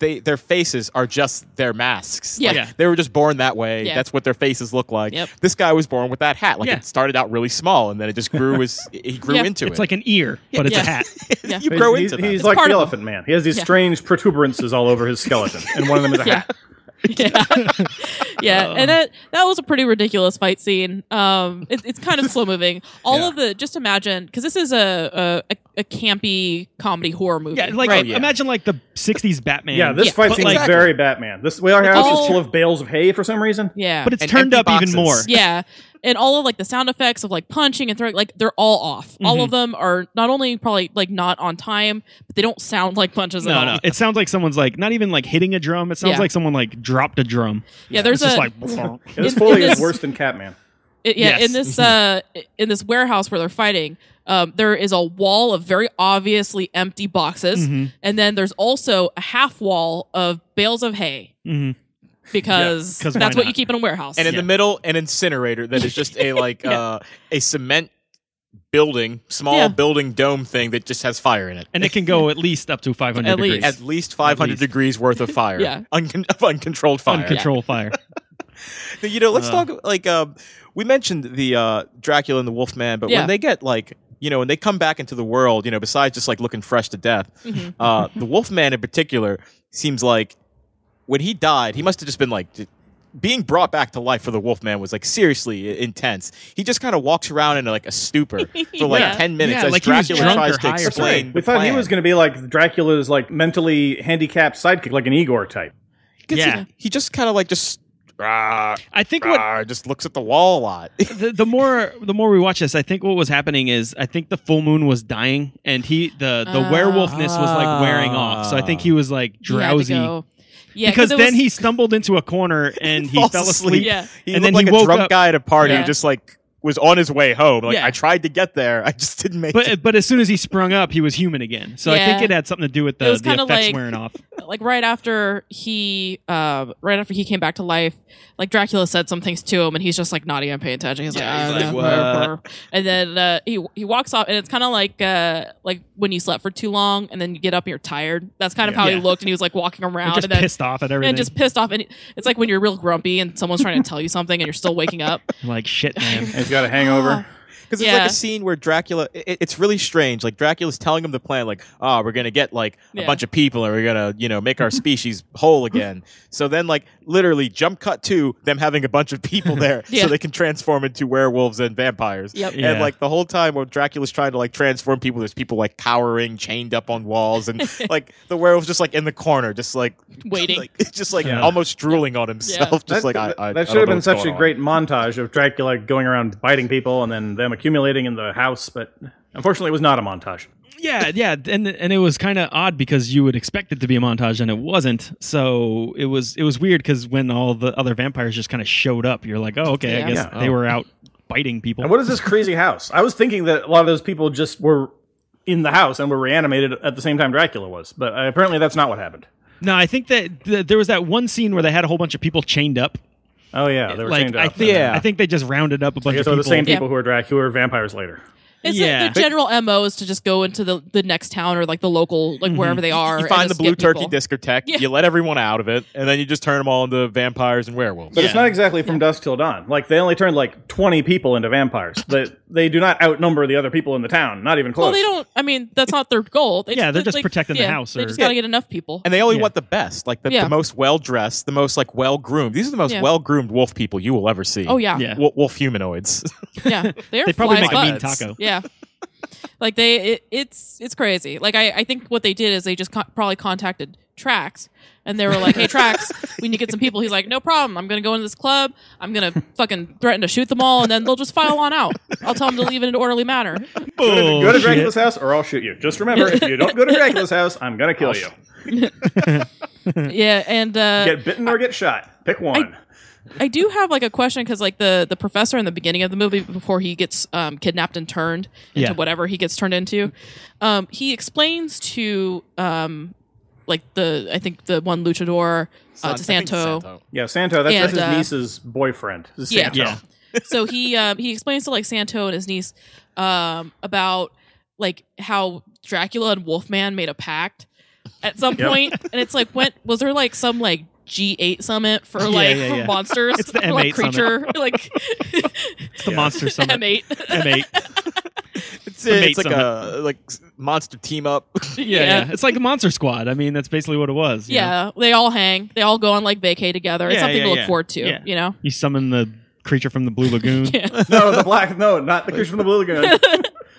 S6: they their faces are just their masks.
S4: Yeah.
S6: Like,
S5: Yeah.
S6: they were just born that way.
S4: Yeah.
S6: That's what their faces look like.
S4: Yep.
S6: This guy was born with that hat. Like
S5: Yeah.
S6: it started out really small, and then it just grew as he grew
S4: Yeah.
S6: into
S5: It's
S6: it.
S5: like an ear, but it's
S4: Yeah.
S5: a hat.
S4: Yeah.
S6: you grow
S3: he's,
S6: into
S3: he's
S6: that.
S3: like
S4: part
S3: the
S4: of him.
S3: elephant man. He has these
S4: Yeah.
S3: strange protuberances all over his skeleton, and one of them is a
S4: Yeah.
S3: hat.
S4: yeah, yeah, and that that was a pretty ridiculous fight scene. Um, it, it's kind of slow moving. All of the just imagine because this is a, a a campy comedy horror movie.
S5: Yeah, like
S4: right?
S6: yeah.
S5: imagine like the '60s Batman.
S3: Yeah, this
S4: Yeah.
S3: fight
S5: But
S3: seems
S5: like-
S3: very Batman. This warehouse
S4: All-
S3: is full of bales of hay for some reason.
S4: yeah,
S5: but it's
S6: And
S5: turned
S6: empty
S5: up even
S6: boxes.
S5: more.
S4: yeah. and all of like the sound effects of like punching and throwing, like they're all off.
S5: Mm-hmm.
S4: All of them are not only probably like not on time, but they don't sound like punches at
S5: No,
S4: all.
S5: no. It sounds like someone's like not even like hitting a drum. It sounds
S4: Yeah.
S5: like someone like dropped a drum.
S4: Yeah, there's
S5: it's just
S4: a
S5: like mm-hmm.
S3: And this
S4: In-
S3: Foley
S4: in
S3: is
S4: this-
S3: worse than Catman.
S4: It- yeah,
S5: Yes.
S4: in this uh, in this warehouse where they're fighting, um, there is a wall of very obviously empty boxes,
S5: Mm-hmm.
S4: and then there's also a half wall of bales of hay
S5: Mhm.
S4: because
S5: 'cause why
S4: that's what
S5: not?
S4: you keep in a warehouse.
S6: and in
S5: Yeah.
S6: the middle an incinerator that is just a like uh, a cement building small
S4: Yeah.
S6: building dome thing that just has fire in it
S5: and it can go at least up to 500
S4: At
S5: degrees.
S4: least.
S6: at least 500
S5: least.
S6: degrees worth of fire
S4: Yeah.
S6: Uncon- of uncontrolled fire
S5: Uncontrolled fire.
S6: you know let's
S5: Uh.
S6: talk like um, we mentioned the uh, dracula and the wolfman but
S4: Yeah.
S6: when they get like you know when they come back into the world you know besides just like looking fresh to death
S4: Mm-hmm.
S6: uh, the wolfman in particular seems like when he died he must have just been like j- being brought back to life for the wolfman was like seriously i- intense he just kind of walks around in like a stupor for like
S4: Yeah.
S6: 10 minutes
S5: Yeah,
S6: as
S5: like he was
S6: dracula
S5: drunk
S6: tries
S5: or
S6: to
S5: high or
S6: explain
S5: something.
S6: the
S3: We thought he
S6: plan.
S3: was going to be like Dracula's like mentally handicapped sidekick, like an Igor type.
S6: 'Cause he-
S5: Yeah.
S6: he, just kind of like just rah,
S5: I think what
S6: rah, just looks at the wall a lot
S5: the, the more the more we watch this, I think what was happening is I think the full moon was dying, and he the the
S4: Ah.
S5: werewolfness was like wearing off. So I think he was like
S4: You had to
S5: drowsy.
S4: go- Yeah,
S5: because
S4: it
S5: then
S4: was-
S5: he stumbled into a corner and he
S6: Falls
S5: fell
S6: asleep.
S5: asleep.
S4: Yeah.
S6: he
S5: and
S6: looked
S5: then
S6: like
S5: he
S6: a
S5: woke
S6: drunk
S5: up.
S6: guy at a party
S4: Yeah.
S6: who just like was on his way home. Like
S4: Yeah.
S6: I tried to get there, I just didn't make it.
S5: But but as soon as he sprung up, he was human again. So I think
S4: Yeah.
S5: it had something to do with
S4: It
S5: the,
S4: was
S5: the
S4: kinda
S5: effects
S4: like-
S5: wearing off.
S4: like right after he um right after he came back to life like dracula said some things to him and he's just like not even paying attention he's
S5: Yeah,
S4: like,
S5: he's
S4: "I
S5: like,
S4: don't know." and then uh, he he walks off and it's kind of like uh like when you slept for too long and then you get up and you're tired that's kind of how
S5: Yeah.
S4: he looked and he was like walking
S5: We're
S4: around
S5: just
S4: and then
S5: pissed off at everything.
S4: and just pissed off and it's like when you're real grumpy and someone's trying to tell you something and you're still waking up
S5: like shit, man.
S3: And he's got a hangover.
S6: Because there's like
S4: Yeah.
S6: a scene where Dracula, it, it's really strange. Like Dracula's telling him the plan, like, oh, we're gonna get like
S4: Yeah.
S6: a bunch of people and we're gonna, you know, make our species whole again. So then, like, literally, jump cut to them having a bunch of people there,
S4: Yeah.
S6: so they can transform into werewolves and vampires.
S4: Yep.
S5: Yeah.
S6: And like the whole time when Dracula's trying to like transform people, there's people like cowering, chained up on walls, and like the werewolf's just like in the corner, just like
S4: Waiting.
S6: like, just like
S5: Yeah.
S6: almost drooling on himself, just
S3: That-
S6: like I,
S3: that,
S6: I
S3: that
S6: I don't
S3: should have
S6: know
S3: been
S6: what's
S3: such a
S6: going on.
S3: great montage of Dracula going around biting people and then them accumulating in the house, but unfortunately, it was not a montage.
S5: yeah, yeah, and and it was kind of odd because you would expect it to be a montage and it wasn't. So it was it was weird because when all the other vampires just kind of showed up, you're like, oh, okay,
S4: Yeah.
S5: I guess
S6: Yeah.
S5: they
S6: Oh.
S5: were out biting people.
S3: And what is this crazy house? I was thinking that a lot of those people just were in the house and were reanimated at the same time Dracula was, but uh, apparently that's not what happened.
S5: No, I think that th- there was that one scene where they had a whole bunch of people chained up.
S3: Oh yeah, they were
S5: like
S3: chained
S5: I
S3: up.
S5: think
S6: Yeah.
S5: I think they just rounded up a
S3: I
S5: bunch of
S3: guess they were
S5: people.
S3: the same
S4: Yeah.
S3: people who are Dracula, who are vampires later.
S4: it's
S5: Yeah.
S4: like the general mo is to just go into the the next town or like the local like wherever they are
S6: You
S4: and
S6: find the
S4: just
S6: blue
S4: get
S6: turkey
S4: people.
S6: discotheque,
S4: Yeah.
S6: you let everyone out of it, and then you just turn them all into vampires and werewolves.
S3: But it's not exactly from dusk till dawn. Like they only turned like twenty people into vampires. They they do not outnumber the other people in the town. Not even
S4: Well,
S3: close.
S4: they don't. I mean, that's not their goal. They
S5: Yeah, they're just
S4: like,
S5: protecting the
S4: yeah,
S5: house
S4: They
S5: or-
S4: just gotta get enough people.
S6: And they only
S5: Yeah.
S6: want the best, like the,
S4: Yeah.
S6: the most well dressed, the most like well groomed. These are the most
S4: Yeah.
S6: well groomed wolf people you will ever see.
S4: oh yeah, Uh,
S5: Yeah.
S4: yeah,
S6: Wo- wolf humanoids.
S4: They're
S5: They probably
S4: fly as
S5: make a mean
S4: fuck.
S5: taco.
S4: Yeah, like they, it, it's it's crazy. Like I, I think what they did is they just con- probably contacted Trax, and they were like, "Hey Trax, we need to get some people." He's like, "No problem. I'm gonna go into this club. I'm gonna fucking threaten to shoot them all, and then they'll just file on out. I'll tell them to leave in an orderly manner."
S3: Go to Dracula's house, or I'll shoot you. Just remember, if you don't go to Dracula's house, I'm gonna kill you.
S4: Yeah, and uh,
S3: Get bitten or get shot. Pick one.
S4: I do have like a question because like the the professor in the beginning of the movie before he gets um, kidnapped and turned into
S5: Yeah.
S4: whatever he gets turned into, um, he explains to um, like the I think the one luchador uh, to Santo.
S3: yeah, Santo. That's, that's
S4: And,
S3: his
S4: uh,
S3: niece's boyfriend. This is
S4: Yeah.
S3: Santo.
S5: Yeah.
S4: so he um, he explains to like Santo and his niece um, about like how Dracula and Wolfman made a pact at some
S3: Yep.
S4: point, and it's like when was there like some like G eight summit for like
S5: yeah,
S4: for
S5: yeah.
S4: monsters,
S5: It's the
S4: for, like
S5: M8 summit.
S4: creature, like
S5: It's the monster summit.
S4: M eight.
S5: M8.
S6: It's,
S5: The mate
S6: it's like a like s- monster team up.
S5: Yeah, yeah. It's like a monster squad. I mean, that's basically what it was. you know?
S4: Yeah, they all hang. They all go on like vacay together.
S5: Yeah,
S4: it's something
S5: yeah,
S4: to look
S5: yeah.
S4: forward to.
S5: Yeah.
S4: You know,
S5: You summon the creature from the Blue Lagoon.
S4: yeah,
S3: No, the black. No, not the creature from the blue lagoon.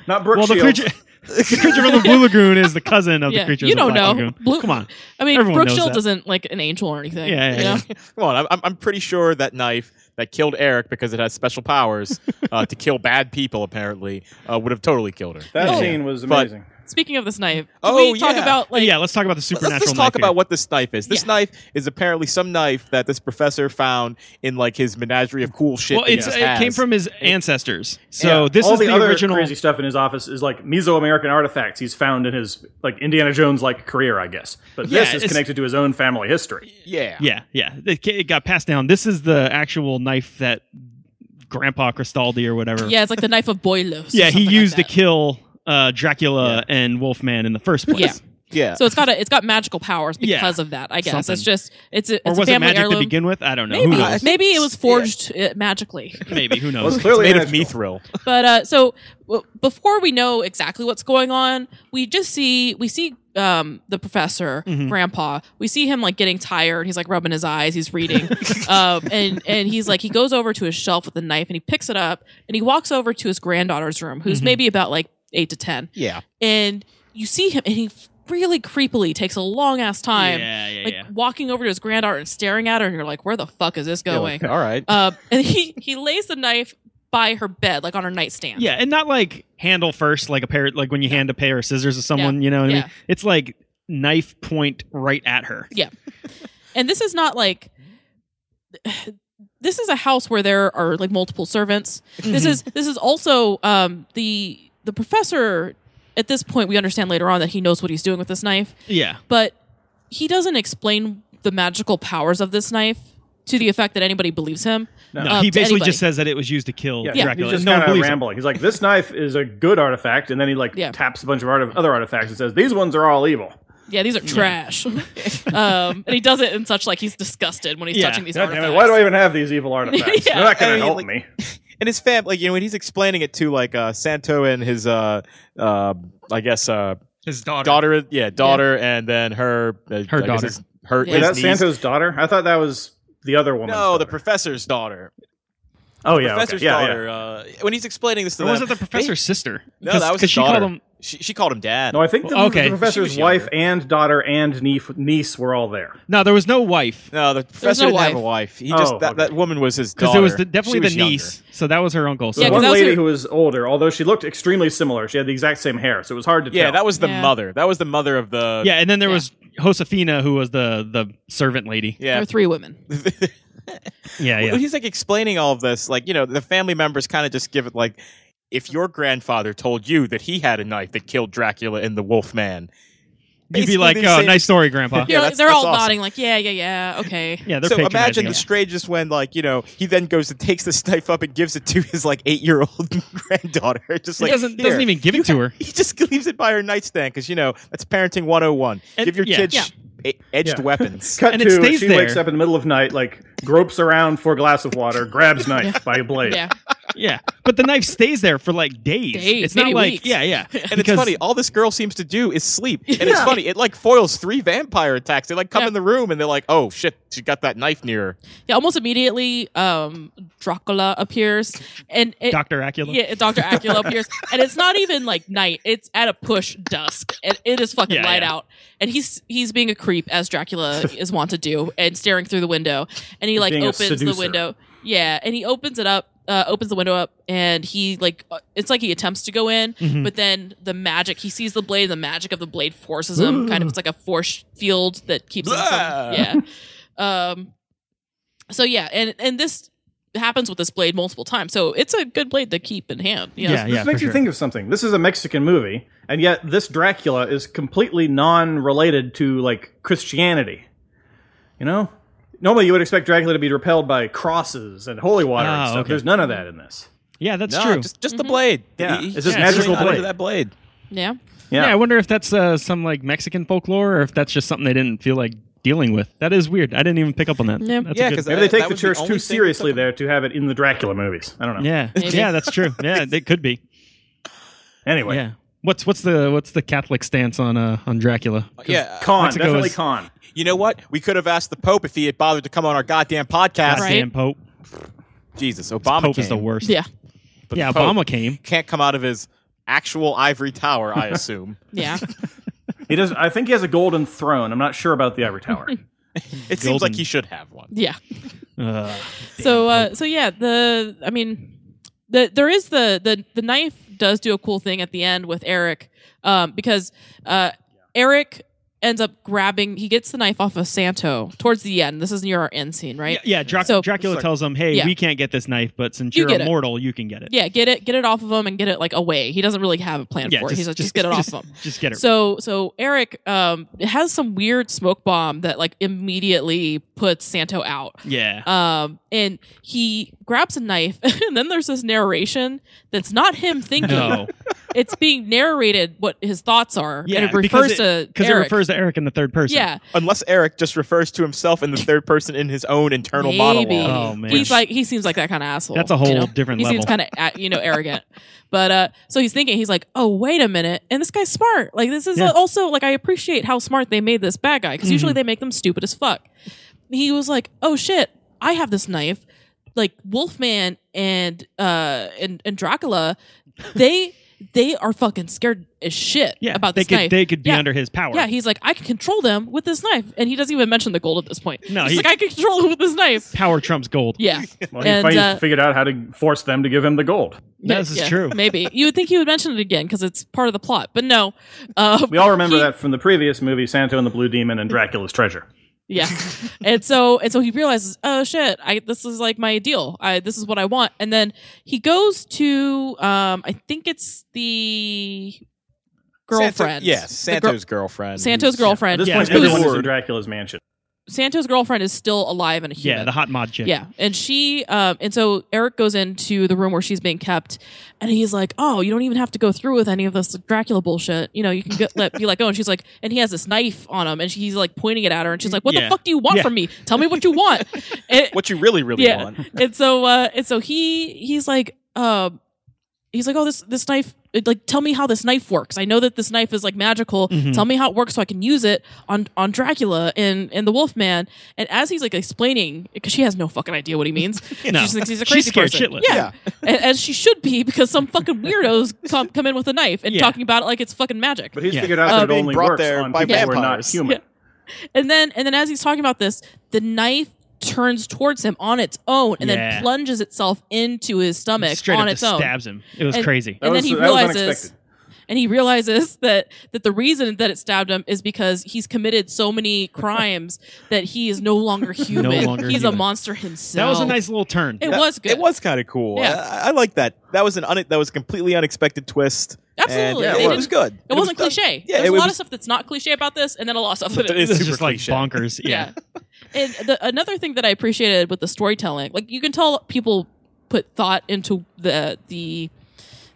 S3: Not Brooke
S5: Well, the
S3: Shields.
S5: creature, the creature from the Blue Lagoon is the cousin of
S4: yeah.
S5: the creature.
S4: You
S5: from
S4: don't
S5: the Black
S4: know.
S5: Lagoon.
S4: Blue-
S5: Come on.
S4: I mean,
S5: Everyone
S4: Brooke
S5: knows
S4: Shield
S5: that.
S4: isn't like an angel or anything.
S5: Yeah, yeah,
S4: you know?
S5: yeah.
S6: Come on, I'm- I'm I'm pretty sure that knife that killed Eric because it has special powers uh, to kill bad people, apparently, uh, would have totally killed her.
S3: That
S4: Oh.
S3: scene was
S6: But-
S3: amazing.
S4: Speaking of this knife, can
S6: Oh,
S4: we talk
S6: yeah.
S4: about like
S5: yeah, let's talk about the supernatural.
S6: Let's just talk
S5: knife here.
S6: about what this knife is. This
S4: Yeah.
S6: knife is apparently some knife that this professor found in like his menagerie of cool shit.
S5: Well,
S6: that he
S5: it's,
S6: just
S5: it came
S6: has.
S5: from his ancestors. So
S3: Yeah.
S5: this
S3: All
S5: is the,
S3: other
S5: original.
S3: crazy stuff in his office is like Mesoamerican artifacts he's found in his like Indiana Jones like career, I guess. But
S5: Yeah,
S3: this is
S5: it's-
S3: connected to his own family history.
S6: yeah.
S5: Yeah, yeah. It, ca- it got passed down. This is the actual knife that Grandpa Cristaldi or whatever.
S4: yeah, it's like the knife of Boilos. or
S5: yeah. He
S4: something like
S5: used
S4: that.
S5: to kill uh, Dracula and Wolfman in the first place.
S4: Yeah.
S6: yeah.
S4: So it's got a, it's got magical powers
S5: Yeah.
S4: because of that. I guess
S5: Something.
S4: it's just it's a, it's
S5: Or
S4: a
S5: was it
S4: family
S5: magic
S4: heirloom.
S5: to begin with? I don't know.
S4: Maybe
S5: Who knows?
S4: maybe it was forged uh, magically.
S5: Maybe who
S3: Well,
S5: knows?
S3: it's clearly
S6: Made of
S3: magical.
S6: mithril.
S4: But uh, so w- before we know exactly what's going on, we just see we see um, the professor,
S5: Mm-hmm.
S4: Grandpa. We see him like getting tired. He's like rubbing his eyes. He's reading, um, and and he's like he goes over to his shelf with a knife and he picks it up and he walks over to his granddaughter's room, who's
S5: Mm-hmm.
S4: maybe about like eight to ten,
S6: Yeah.
S4: and you see him and he really creepily takes a long ass time.
S5: Yeah, yeah,
S4: like
S5: yeah.
S4: walking over to his granddaughter and staring at her, and you're like, "Where the fuck is this going?"
S6: All right.
S4: Uh, and he he lays the knife by her bed, like on her nightstand.
S5: Yeah, and not like handle first, like a pair, like when you hand a pair of scissors to someone. You know what I
S4: Yeah.
S5: mean? It's like knife point right at her.
S4: Yeah. And this is not like this is a house where there are like multiple servants. This is this is also um the the professor at this point we understand later on that he knows what he's doing with this knife,
S5: Yeah.
S4: but he doesn't explain the magical powers of this knife to the effect that anybody believes him.
S5: No,
S4: Uh,
S5: he
S4: to
S5: basically
S4: anybody.
S5: just says that it was used to kill
S3: Yeah,
S5: Dracula.
S3: he's just
S5: no one
S3: kind of
S5: believes him.
S3: rambling. He's like, "This knife is a good artifact," and then he like
S4: Yeah.
S3: taps a bunch of art- other artifacts and says, "These ones are all evil."
S4: Yeah, these are trash. um, and he does it in such like he's disgusted when he's
S5: Yeah.
S4: touching these
S3: God damn
S4: artifacts.
S3: it! Why do I even have these evil artifacts?
S4: Yeah.
S3: They're not going
S6: I mean,
S3: to help
S6: like-
S3: me.
S6: and his fam like you know when he's explaining it to like uh santo and his uh uh i guess uh
S5: His daughter.
S6: daughter yeah daughter and then her uh,
S5: Her
S6: I guess
S5: daughter.
S6: his- her
S4: Yeah.
S3: Wait,
S6: his
S3: that's
S6: niece.
S3: Santo's daughter. I thought that was the other woman.
S6: no the professor's daughter
S3: oh yeah, okay.
S6: professor's
S3: yeah, yeah.
S6: daughter uh when he's explaining this to
S5: Or
S6: them
S5: was it the
S6: they-
S5: professor's sister?
S6: no that was his
S5: she
S6: daughter
S5: called him.
S6: she, she called him dad
S3: No, I think the,
S5: Well, okay.
S3: the professor's
S6: She was younger.
S3: wife and daughter and niece, niece were all there.
S5: No, there was no wife
S6: no the professor
S4: no
S6: didn't have a
S4: wife.
S6: wife he
S3: Oh,
S6: just that,
S3: okay.
S6: that woman was his
S5: because
S6: daughter
S5: there was the, definitely
S6: She was
S5: the niece.
S6: younger.
S5: So that was her uncle. So
S4: Yeah,
S3: The
S4: 'cause
S3: one
S4: that was
S3: lady
S4: her-
S3: who was older, although she looked extremely similar, she had the exact same hair, so it was hard to
S6: yeah
S3: tell.
S6: that was the
S4: Yeah.
S6: mother that was the mother of the
S5: yeah, and then there
S4: Yeah.
S5: was Josefina, who was the the servant lady.
S4: There
S6: yeah
S4: are three women.
S5: Yeah, yeah.
S6: Well, He's like explaining all of this. Like, you know, the family members kind of just give it like, if your grandfather told you that he had a knife that killed Dracula and the Wolfman,
S5: You'd be
S6: basically
S5: like,
S6: they
S5: oh,
S6: say-
S5: nice story, Grandpa.
S6: Yeah,
S4: You're like-
S6: that's-
S4: they're
S6: that's
S4: all
S6: awesome.
S4: nodding like, yeah, yeah, yeah, okay.
S5: Yeah, they're
S6: So
S5: patronizing
S6: imagine the
S5: him.
S6: strangest when, like, you know, he then goes and takes this knife up and gives it to his like eight year old granddaughter. Just
S5: He
S6: like
S5: doesn't
S6: "Here."
S5: doesn't even give it to her.
S6: He just leaves it by her nightstand because you know that's parenting 101.
S5: And-
S6: give your
S5: yeah.
S6: kids
S4: Yeah.
S6: e- edged
S3: Yeah.
S6: weapons.
S3: Cut
S5: and it
S3: to
S5: stays
S3: she
S5: there.
S3: wakes up in the middle of night, like gropes around for a glass of water, grabs knife by a blade.
S4: Yeah.
S5: Yeah, but the knife stays there for like days.
S4: Days,
S5: it's not
S4: maybe
S5: like
S4: weeks.
S5: yeah, yeah.
S6: And it's funny, all this girl seems to do is sleep. And it's funny, it like foils three vampire attacks. They like come
S4: Yeah.
S6: in the room and they're like, oh shit, she got that knife near her.
S4: Yeah, almost immediately, um, Dracula appears, and it,
S5: Doctor Acula.
S4: yeah, Doctor Acula appears, and it's not even like night; it's at a push dusk, and it is fucking
S5: Yeah,
S4: light
S5: yeah.
S4: out. And he's he's being a creep as Dracula is wont to do, and staring through the window, and he like
S3: Being a
S4: opens the
S3: seducer.
S4: window, yeah, and he opens it up. Uh, opens the window up and he like uh, it's like he attempts to go in but then the magic he sees the blade the magic of the blade forces him kind of it's like a force field that keeps him from,
S6: Blah.
S4: yeah um so yeah and and this happens with this blade multiple times so it's a good blade to keep in hand you know?
S5: Yeah,
S3: This
S5: yeah,
S3: makes
S5: for
S3: you
S5: sure.
S3: think of something. This is a Mexican movie, and yet this Dracula is completely non-related to like Christianity. You know, normally you would expect Dracula to be repelled by crosses and holy water
S5: Ah,
S3: and stuff.
S5: okay.
S3: There's none of that in this.
S5: Yeah, that's
S6: no,
S5: true.
S6: Just, just
S4: Mm-hmm.
S6: the blade.
S3: Yeah,
S6: He- he-
S3: it's
S6: he's
S3: just
S6: really
S3: magical
S6: not into
S3: blade.
S6: That blade.
S4: yeah
S5: yeah. I wonder if that's uh, some like Mexican folklore, or if that's just something they didn't feel like dealing with. That is weird. I didn't even pick up on that.
S4: Yeah.
S5: That's a
S6: yeah,
S5: good-
S6: because
S3: Maybe they take the church too seriously there to have it in the Dracula movies. I don't know.
S5: yeah,
S4: Maybe.
S5: yeah, that's true. Yeah, it could be.
S3: Anyway,
S5: Yeah. What's what's the what's the Catholic stance on uh, on Dracula? 'Cause-
S6: Yeah, uh,
S3: con
S5: Mexico
S3: definitely
S5: is-
S3: con.
S6: you know what? We could have asked the Pope if he had bothered to come on our goddamn podcast.
S4: Right.
S5: Goddamn Pope.
S6: Jesus, Obama
S5: Pope
S6: came,
S5: is the worst.
S4: yeah
S6: but
S5: yeah,
S6: the Pope
S5: Obama came.
S6: can't come out of his actual ivory tower. I assume.
S4: yeah
S3: He does. I think he has a golden throne. I'm not sure about the ivory tower.
S6: It seems like
S5: Golden-
S6: he should have one.
S4: Yeah.
S5: Ugh.
S4: So uh, so yeah, the I mean, the there is the the the knife does do a cool thing at the end with Eric, um, because uh, Eric ends up grabbing he gets the knife off of Santo towards the end. This is near our end scene, right?
S5: Yeah, yeah Drac-
S4: So-
S5: Dracula tells him, "Hey,
S4: Yeah.
S5: we can't get this knife, but since
S4: You
S5: you're
S4: get it.
S5: immortal, you can get it."
S4: Yeah, get it, get it off of him, and get it like away. He doesn't really have a plan for it. He's like, just get it off
S5: just-
S4: him.
S5: Just get it.
S4: So so Eric um has some weird smoke bomb that like immediately puts Santo out.
S5: yeah.
S4: Um and he grabs a knife and then there's this narration that's not him thinking.
S5: no.
S4: It's being narrated what his thoughts are.
S5: Yeah,
S4: and it refers
S5: because
S4: to
S5: because it
S4: Eric.
S5: refers to Eric in the third person.
S4: yeah,
S6: Unless Eric just refers to himself in the third person in his own internal
S4: maybe.
S6: monologue.
S5: Oh, man.
S4: He's like he seems like that kind of asshole.
S5: That's a whole
S4: you know?
S5: different
S4: he
S5: level.
S4: seems kind of you know arrogant but uh so he's thinking he's like oh wait a minute and this guy's smart like this is
S5: Yeah. Mm-hmm.
S4: also like i appreciate how smart they made this bad guy because usually they make them stupid as fuck he was like oh shit i have this knife like wolfman and uh and, and dracula they they are fucking scared as shit
S5: yeah.
S4: about
S5: they
S4: this
S5: could
S4: knife
S5: they could be
S4: Yeah.
S5: under his power.
S4: yeah, he's like, I can control them with this knife, and he doesn't even mention the gold at this point.
S5: No,
S4: he's
S5: he-
S4: like, I can control them with this knife.
S5: power trumps gold.
S4: Yeah,
S3: Well, he
S4: And,
S3: fi-
S4: uh,
S3: figured out how to force them to give him the gold.
S4: Ma-
S5: This is true.
S4: Maybe you would think he would mention it again because it's part of the plot, but no. Uh,
S3: We all remember
S4: he-
S3: that from the previous movie, Santo and the Blue Demon and Dracula's Treasure.
S4: Yeah, and so and so he realizes, oh shit, I this is like my deal. I this is what I want, and then he goes to um I think it's the girlfriend.
S6: Santo, yes,
S4: The gir-
S6: Santo's girlfriend.
S4: Santo's
S6: who's-
S3: At
S4: girlfriend.
S3: this
S5: Yeah,
S3: point,
S5: who's-
S3: everyone is in
S6: Lord.
S3: Dracula's mansion.
S4: Santo's girlfriend is still alive and a human.
S5: Yeah, the hot mod chick.
S4: Yeah, and she, um, and so Eric goes into the room where she's being kept, and he's like, "Oh, you don't even have to go through with any of this Dracula bullshit. You know, you can get, let be let go." And she's like, and he has this knife on him, and she's like pointing it at her, and she's like, "What the
S5: Yeah.
S4: fuck do you want
S5: Yeah.
S4: from me? Tell me what you want." And-
S6: What you really, really
S4: yeah,
S6: want.
S4: and so, uh, and so he he's like, um, he's like, "Oh, this this knife." it- Like, tell me how this knife works. I know that this knife is like magical.
S5: Mm-hmm.
S4: Tell me how it works so I can use it on on Dracula and and the Wolfman. And as he's like explaining, because she has no fucking idea what he means,
S5: No.
S4: she just thinks he's a crazy
S5: She's scared
S4: person.
S5: shitless.
S4: Yeah, and, as she should be, because some fucking weirdos come come in with a knife and
S5: Yeah.
S4: talking about it like it's fucking magic.
S3: But he's
S5: Yeah.
S3: figured out
S4: Uh,
S3: that it
S6: being
S3: only
S6: brought
S3: works
S6: there
S3: on
S6: by
S3: people who are not
S6: vampires.
S3: human.
S4: And then and then as he's talking about this, the knife turns towards him on its own and
S5: Yeah.
S4: then plunges itself into his stomach
S5: Straight
S4: on
S5: up
S4: its
S5: just
S4: own.
S5: stabs him. It was
S4: And-
S5: crazy.
S3: That
S4: and
S3: was-
S4: then he
S3: that was
S4: realizes
S3: unexpected.
S4: and he realizes that that the reason that it stabbed him is because he's committed so many crimes that he is no longer human.
S5: longer
S4: he's a
S5: human.
S4: monster himself.
S5: That was a nice little turn.
S4: It
S6: That-
S4: was good.
S6: It was kind of cool.
S4: Yeah.
S6: I, I like that. That was an un, that was a completely unexpected twist. and
S4: Absolutely.
S3: Yeah, it
S6: it,
S3: was.
S6: was good.
S4: It wasn't
S6: was-
S4: cliche.
S6: Yeah,
S4: There's
S6: it
S4: a
S6: was
S4: lot of stuff that's not cliche about this, and then a lot of stuff that
S6: But
S4: is.
S5: It's
S6: it's super
S5: just like
S6: cliche.
S5: bonkers. Yeah.
S4: and the, another thing that I appreciated with the storytelling, like you can tell people put thought into the the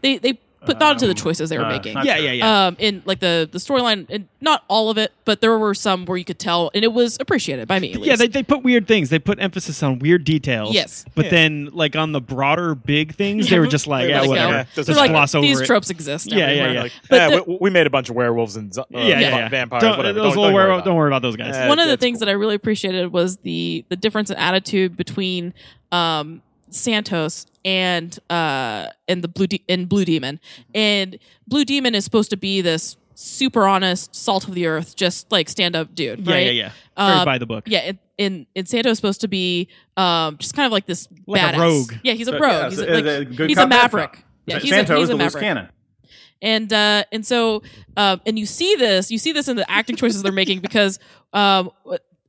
S4: they they put thought into the
S3: Um,
S4: choices they were
S3: uh,
S4: making.
S3: not-
S5: Yeah, yeah, yeah.
S4: Um, in like the the storyline, and not all of it, but there were some where you could tell, and it was appreciated by me. At least.
S5: yeah, they, they put weird things. They put emphasis on weird details.
S4: Yes.
S5: But then, like, on the broader big things, they
S4: Yeah.
S5: were just like,
S6: They
S5: yeah,
S6: let
S4: go.
S5: whatever.
S6: Yeah,
S5: just
S6: doesn't matter.
S5: gloss over
S4: these
S5: it.
S4: tropes exist.
S5: Yeah, yeah,
S4: everywhere.
S5: yeah.
S4: But
S6: yeah,
S4: the-
S6: we, we made a bunch of werewolves and zo- uh,
S5: yeah, yeah,
S6: va-
S5: yeah.
S6: vampires.
S5: Don't,
S6: whatever.
S5: Those
S6: Don't-
S5: little
S6: don't
S5: werewolf-
S6: about
S5: don't
S6: it.
S5: worry about those guys.
S6: Uh,
S4: one of the
S6: that's
S4: things
S6: cool.
S4: that I really appreciated was the the difference in attitude between um, Santos and uh, and the blue De- and Blue Demon. And Blue Demon is supposed to be this super honest, salt of the earth, just like stand up dude.
S5: yeah,
S4: right?
S5: yeah, yeah. Very
S4: Um,
S5: by the book.
S4: Yeah, and, and, and Santo is supposed to be um, just kind of like this
S5: Like a
S4: badass.
S5: rogue.
S4: Yeah, he's a
S3: But,
S4: rogue.
S3: yeah,
S4: he's
S3: so,
S4: a,
S3: uh,
S4: like,
S3: the good
S4: he's
S3: cop,
S4: a
S3: bad
S4: maverick.
S3: cop.
S4: Yeah,
S3: Sa-
S4: he's
S3: Santo
S4: a,
S3: is
S4: he's
S3: the
S4: a
S3: loose
S4: maverick.
S3: cannon.
S4: and uh, and so um, and you see this you see this in the acting choices they're making because um,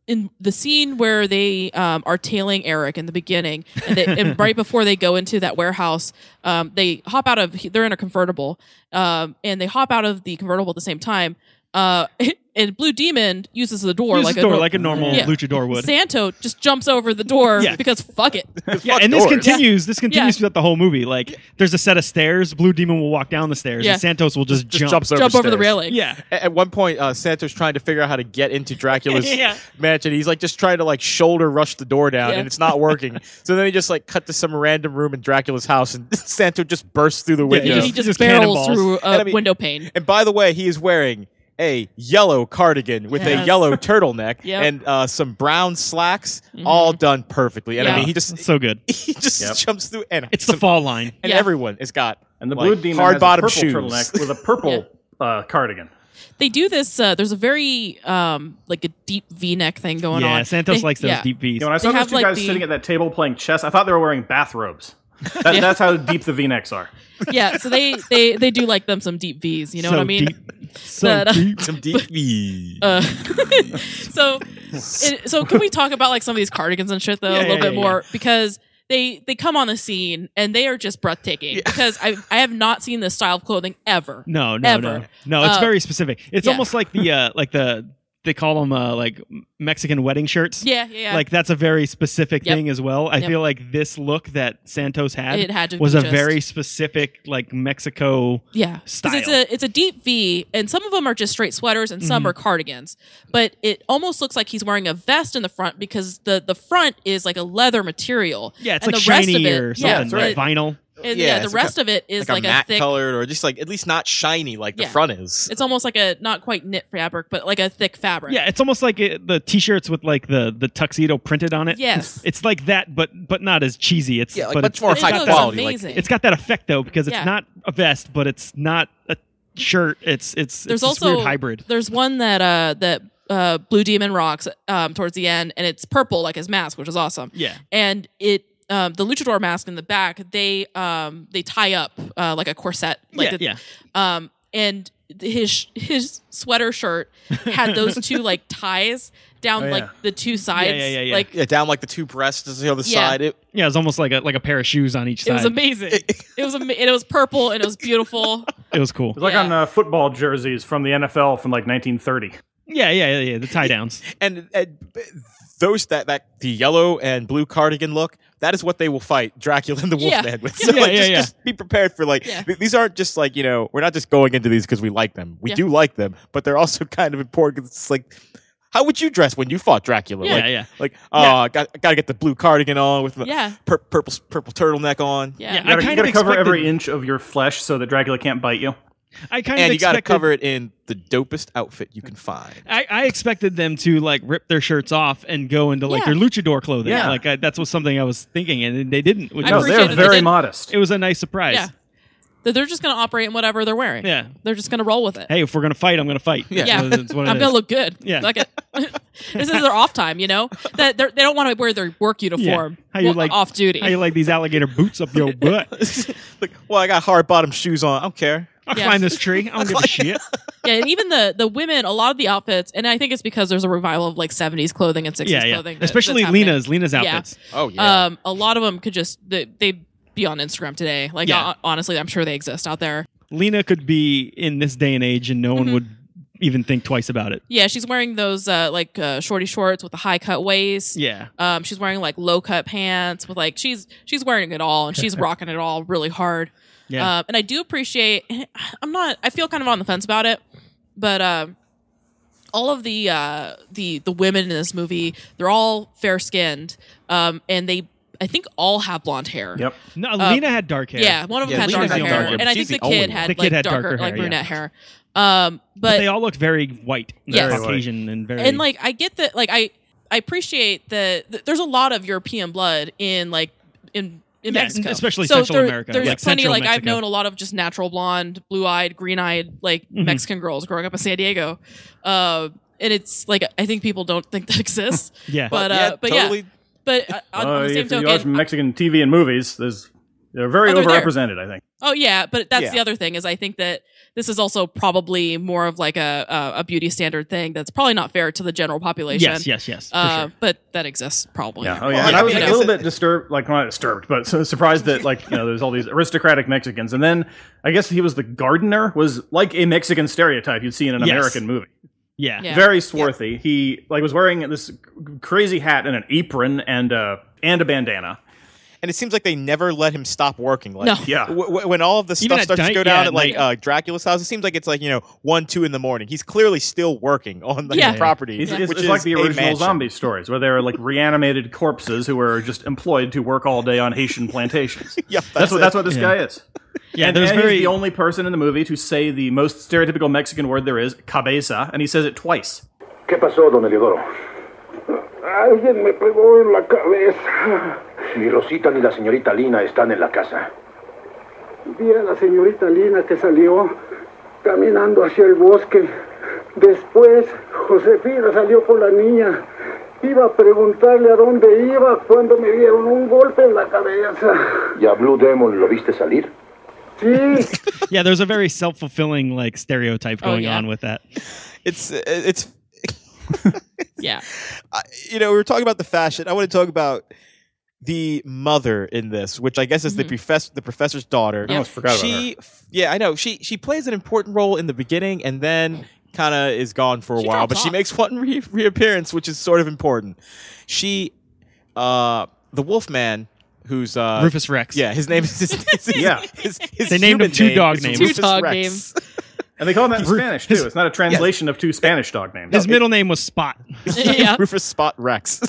S4: in the scene where they um, are tailing Eric in the beginning and, they, and right before they go into that warehouse um, they hop out of they're in a convertible um, and they hop out of the convertible at the same time uh, and Blue Demon uses the door
S5: Use
S4: like
S5: the door
S4: nor-
S5: like a normal
S4: Yeah.
S5: luchador would.
S4: Santo just jumps over the door
S5: Yeah.
S4: because fuck it
S5: yeah,
S6: Fuck
S5: and this
S6: doors.
S5: continues. This continues throughout the whole movie. Like, there's a set of stairs. Blue Demon will walk down the stairs,
S4: Yeah.
S5: and Santos will just,
S6: Just
S5: jump.
S6: jumps over,
S4: jump over the
S6: stairs.
S4: railing
S5: Yeah,
S6: A- At one point, uh, Santos trying to figure out how to get into Dracula's
S5: Yeah.
S6: mansion. He's like just trying to like shoulder rush the door down,
S4: Yeah.
S6: and it's not working. so then he just like cut to some random room in Dracula's house, and Santo just bursts through the
S5: he
S6: window.
S4: and he
S5: just-
S4: just,
S5: just
S4: barrels
S5: cannonballs.
S4: through a
S6: And I mean-
S4: window pane
S6: And by the way, he is wearing a yellow cardigan with a
S4: Yes.
S6: yellow turtleneck
S4: Yep. Mm-hmm.
S6: and uh, some brown slacks, all done perfectly. And I
S4: Yeah.
S6: mean, he just
S5: so good.
S6: he just
S3: Yep.
S6: jumps through, and
S5: It's the fall line.
S6: and
S4: Yeah.
S6: everyone has got
S3: And the
S6: like,
S3: Blue Demon
S6: hard
S3: has a
S6: bottom
S3: purple
S6: shoes.
S3: turtleneck with a purple uh, cardigan.
S4: they do this. Uh, there's a very um like a deep V-neck thing going on.
S5: yeah, Santos
S4: They-
S5: likes those
S4: yeah.
S5: deep V's.
S3: Yeah, when I saw
S4: They
S3: those
S4: have,
S3: two
S4: like,
S3: guys
S4: the-
S3: sitting at that table playing chess, I thought they were wearing bathrobes. That,
S4: Yeah.
S3: That's how deep the V-necks are.
S4: yeah, so they they they do like them some deep V's. You know what I
S5: So
S4: mean?
S5: deep. So
S4: But, uh,
S5: deep.
S6: Some deep.
S4: Uh, so it, so can we talk about like some of these cardigans and shit though
S5: Yeah,
S4: a little
S5: yeah,
S4: bit
S5: yeah,
S4: more because they they come on the scene and they are just breathtaking because I I have not seen this style of clothing ever.
S5: No, no, no,
S4: Ever.
S5: no. It's
S4: Uh,
S5: very specific. It's
S4: yeah.
S5: almost like the uh, like the they call them uh, like Mexican wedding shirts.
S4: Yeah, yeah, yeah.
S5: Like that's a very specific
S4: Yep.
S5: thing as well. I
S4: Yep.
S5: feel like this look that Santos had,
S4: It had to
S5: was
S4: be
S5: a
S4: just-
S5: very specific like Mexico.
S4: yeah, 'Cause it's
S5: style. Mm-hmm.
S4: a it's a deep V, and some of them are just straight sweaters, and some are cardigans. But it almost looks like he's wearing a vest in the front because the the front is like a leather material.
S5: Yeah, it's
S4: and
S5: like
S4: the rest
S5: shiny
S4: of it,
S5: or something,
S4: yeah,
S5: like
S4: but-
S5: vinyl.
S4: and
S6: Yeah,
S4: yeah, the
S6: it's like a-
S4: rest of it is
S6: like,
S4: like
S6: a matte
S4: thick
S6: colored, or just like at least not shiny like
S4: Yeah.
S6: the front is.
S4: it's almost like a not quite knit fabric, but like a thick fabric.
S5: Yeah, it's almost like it, the T-shirts with like the the tuxedo printed on it.
S4: Yes.
S5: it's like that, but but not as cheesy. It's
S6: Yeah, like
S5: but
S6: much
S5: it's,
S6: more
S4: It
S6: high
S4: looks
S6: quality. like-
S4: amazing.
S5: it's got that effect though because it's
S4: Yeah.
S5: not a vest, but it's not a shirt. It's it's
S4: there's
S5: it's this
S4: also
S5: weird hybrid.
S4: There's one that uh that uh Blue Demon rocks um towards the end, and it's purple like his mask, which is awesome.
S5: Yeah.
S4: And it um the luchador mask in the back they um they tie up uh like a corset like
S5: yeah,
S4: the-
S5: yeah.
S4: um and his his sweater shirt had those two like ties down
S3: Oh, yeah.
S4: like the two sides
S5: yeah, yeah, yeah.
S4: like
S6: yeah, down like the two breasts is the other
S4: Yeah.
S6: side. It,
S5: Yeah, it's almost like a like a pair of shoes on each
S4: it was
S5: side.
S4: amazing it was ama- and it was purple and it was beautiful
S5: it was cool.
S3: It's like
S4: Yeah.
S3: on uh, football jerseys from the NFL from like 1930.
S5: Yeah, yeah, yeah, yeah. The tie downs.
S6: and, and b- those that that the yellow and blue cardigan look that is what they will fight Dracula and the
S4: Yeah.
S6: Wolfman with. So
S5: Yeah,
S6: like,
S5: yeah,
S6: just,
S5: yeah.
S6: just be prepared for like
S4: Yeah.
S6: th- these aren't just like you know we're not just going into these because we like them. We
S4: Yeah.
S6: do like them, but they're also kind of important 'cause it's like. How would you dress when you fought Dracula?
S4: Yeah.
S6: like,
S5: Yeah, yeah.
S6: Like, oh, I got, I gotta get the blue cardigan on with the
S4: Yeah.
S6: pur- purple purple turtleneck on.
S4: yeah,
S5: Yeah,
S3: You gotta,
S5: I
S3: you
S5: kind of
S3: gotta cover
S5: expected-
S3: every inch of your flesh so that Dracula can't bite you.
S5: I kind of
S6: and you got to
S5: expected,
S6: cover it in the dopest outfit you can find.
S5: I, I expected them to like rip their shirts off and go into like
S4: Yeah.
S5: their luchador clothing.
S3: Yeah.
S5: Like I, that's was something I was thinking, and they didn't. Which
S4: I
S3: No,
S5: was,
S4: appreciate
S3: they're
S4: that they
S3: very
S4: did-
S3: modest.
S5: it was a nice surprise.
S4: Yeah. That they're just going to operate in whatever they're wearing.
S5: Yeah.
S4: They're just going to roll with it.
S5: Hey, if we're gonna fight, I'm gonna fight.
S6: Yeah.
S4: Yeah.
S5: That's what- that's what it
S4: I'm going
S5: is.
S4: to look good.
S5: Yeah.
S4: Like it. this is their off time, you know? That they're, they don't want to wear their work uniform
S5: How you
S4: wa-
S5: like-
S4: off duty.
S5: How you like these alligator boots up your butt?
S6: like, well, I got hard bottom shoes on. I don't care.
S5: I'll
S4: Yeah.
S5: climb this tree. I don't give a shit.
S4: yeah, and even the the women, a lot of the outfits, and I think it's because there's a revival of like 70s clothing and 60s
S5: Yeah, yeah.
S4: clothing. that-
S5: Especially
S4: that's happening.
S5: Lena's Lena's
S4: Yeah.
S5: outfits.
S6: Oh
S4: Um, a lot of them could just, they, they'd be on Instagram today. Like,
S5: Yeah.
S4: uh, honestly, I'm sure they exist out there.
S5: Lena could be in this day and age, and no
S4: Mm-hmm.
S5: one would even think twice about it.
S4: Yeah, she's wearing those uh, like uh, shorty shorts with the high cut waist.
S5: Yeah.
S4: Um, she's wearing like low cut pants with like she's she's wearing it all and she's rocking it all really hard.
S5: Yeah.
S4: Um, and I do appreciate. I'm not. I feel kind of on the fence about it, but um, all of the uh, the the women in this movie, they're all fair skinned, um, and they I think all have blonde hair.
S3: Yep.
S5: no, Lena had dark hair.
S4: uh, Yeah, one of them
S6: Yeah,
S4: had
S6: Lena's
S4: darker
S5: the
S4: hair,
S5: only one.
S4: and I
S6: She's
S4: think the
S6: the only
S4: kid
S6: one.
S4: had
S5: The kid
S4: like
S5: had
S4: darker,
S5: darker hair,
S4: like
S5: yeah.
S4: brunette hair. Um,
S5: But
S4: but
S5: they all look very white,
S4: Yes.
S5: very Caucasian, and very
S4: and like I get that like I I appreciate that th- there's a lot of European blood in like in in
S5: Yeah,
S4: Mexico,
S5: especially
S4: so
S5: Central
S4: there-
S5: America,
S4: There's
S5: like
S4: plenty
S5: Central
S4: like I've
S5: Mexico.
S4: known a lot of just natural blonde, blue eyed, green eyed like
S5: Mm-hmm.
S4: Mexican girls growing up in San Diego, uh, and it's like I think people don't think that exists,
S5: yeah.
S4: but uh, but
S6: totally.
S4: yeah, but uh, on, on
S3: Uh,
S4: the same
S3: if you watch
S4: token,
S3: Mexican TV and movies, there's they're very
S4: Oh, they're there.
S3: overrepresented. I think.
S4: Oh yeah, but that's
S6: Yeah.
S4: the other thing is I think that this is also probably more of like a a, a beauty standard thing that's probably not fair to the general population.
S5: yes, yes, yes. For
S4: Uh,
S5: sure.
S4: But that exists probably.
S3: Yeah. Oh yeah.
S6: Well,
S3: and
S6: I
S3: I was
S6: mean,
S3: a
S6: I
S3: little
S6: guess it-
S3: bit disturbed, like not disturbed, but su- surprised that like you know there's all these aristocratic Mexicans, and then I guess he was the gardener was like a Mexican stereotype you'd see in an
S5: Yes.
S3: American movie.
S5: Yeah.
S4: Yeah.
S3: Very swarthy. He like was wearing this c- crazy hat and an apron and uh and a bandana.
S6: And it seems like they never let him stop working. Like,
S4: No.
S3: Yeah.
S6: W- w- when all of the
S5: Even
S6: stuff
S5: at
S6: starts
S5: night-
S6: to go down
S5: yeah,
S6: at like
S5: night.
S6: uh, Dracula's house, it seems like it's like you know one, two in the morning. He's clearly still working on like,
S4: Yeah.
S6: the property,
S3: It's, it's,
S6: which
S3: it's
S6: is
S3: like the
S6: a
S3: original
S6: mansion.
S3: zombie stories where they were like reanimated corpses who were just employed to work all day on Haitian plantations.
S6: Yep,
S3: that's,
S6: that's
S3: what
S6: it.
S3: that's what this guy is.
S5: Yeah,
S3: and,
S5: there's
S3: and
S5: very
S3: he's the only person in the movie to say the most stereotypical Mexican word there is, cabeza, and he says it twice.
S2: ¿Qué pasó, don Eliodoro? Alguien me pegó en la cabeza. Ni Rosita ni la señorita Lina están en la casa.
S7: Vi a la señorita Lina que salió caminando hacia el bosque.
S2: Después, Josefina salió con la niña. Iba a preguntarle a dónde iba cuando me dieron un golpe en la cabeza.
S8: ¿Y a Blue Demon lo viste salir?
S2: Sí,
S5: Yeah, there's a very self fulfilling like stereotype
S4: Oh,
S5: going
S4: yeah.
S5: on with that.
S6: It's uh, it's
S4: Yeah.
S6: I- you know we were talking about the fashion. I want to talk about the mother in this, which I guess is
S5: Mm-hmm.
S6: the professor, the professor's daughter.
S4: Yeah.
S3: almost forgot about her.
S6: She, yeah, I know. She she plays an important role in the beginning, and then kind of is gone for a
S4: She
S6: while.
S4: drops
S6: But she
S4: off.
S6: makes one re- reappearance, which is sort of important. She, uh, the Wolfman, who's uh,
S5: Rufus Rex.
S6: Yeah, his name is his, his-
S3: Yeah.
S6: His, his
S5: They named him
S6: human
S5: two
S6: name
S5: dog
S6: is
S5: names.
S4: Two
S6: Rufus
S4: dog
S6: Rex.
S4: names.
S3: And they call him that in Spanish too. It's not a translation of two Spanish dog names.
S5: His middle name was Spot.
S4: yeah.
S6: Rufus Spot Rex.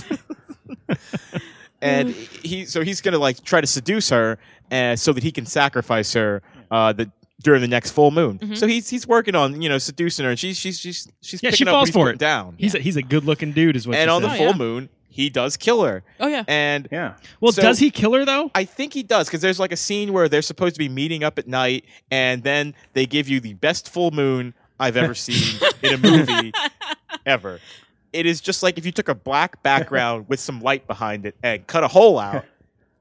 S6: and he so he's gonna like try to seduce her uh, so that he can sacrifice her uh, the, during the next full moon.
S4: Mm-hmm.
S6: So he's he's working on you know seducing her, and she's she's she's she's
S5: Yeah,
S6: picking
S5: she
S6: up what
S5: falls
S6: he's
S5: for
S6: putting
S5: it.
S6: down.
S5: He's a, he's a good looking dude, is what.
S6: and
S5: she
S6: on the
S5: said.
S6: full
S4: Oh, yeah.
S6: moon, he does kill her.
S4: Oh, yeah.
S6: And
S3: Yeah.
S5: well,
S6: so-
S5: does he kill her though?
S6: I think he does because there's like a scene where they're supposed to be meeting up at night, and then they give you the best full moon I've ever seen in a movie ever. It is just like if you took a black background with some light behind it and cut a hole out.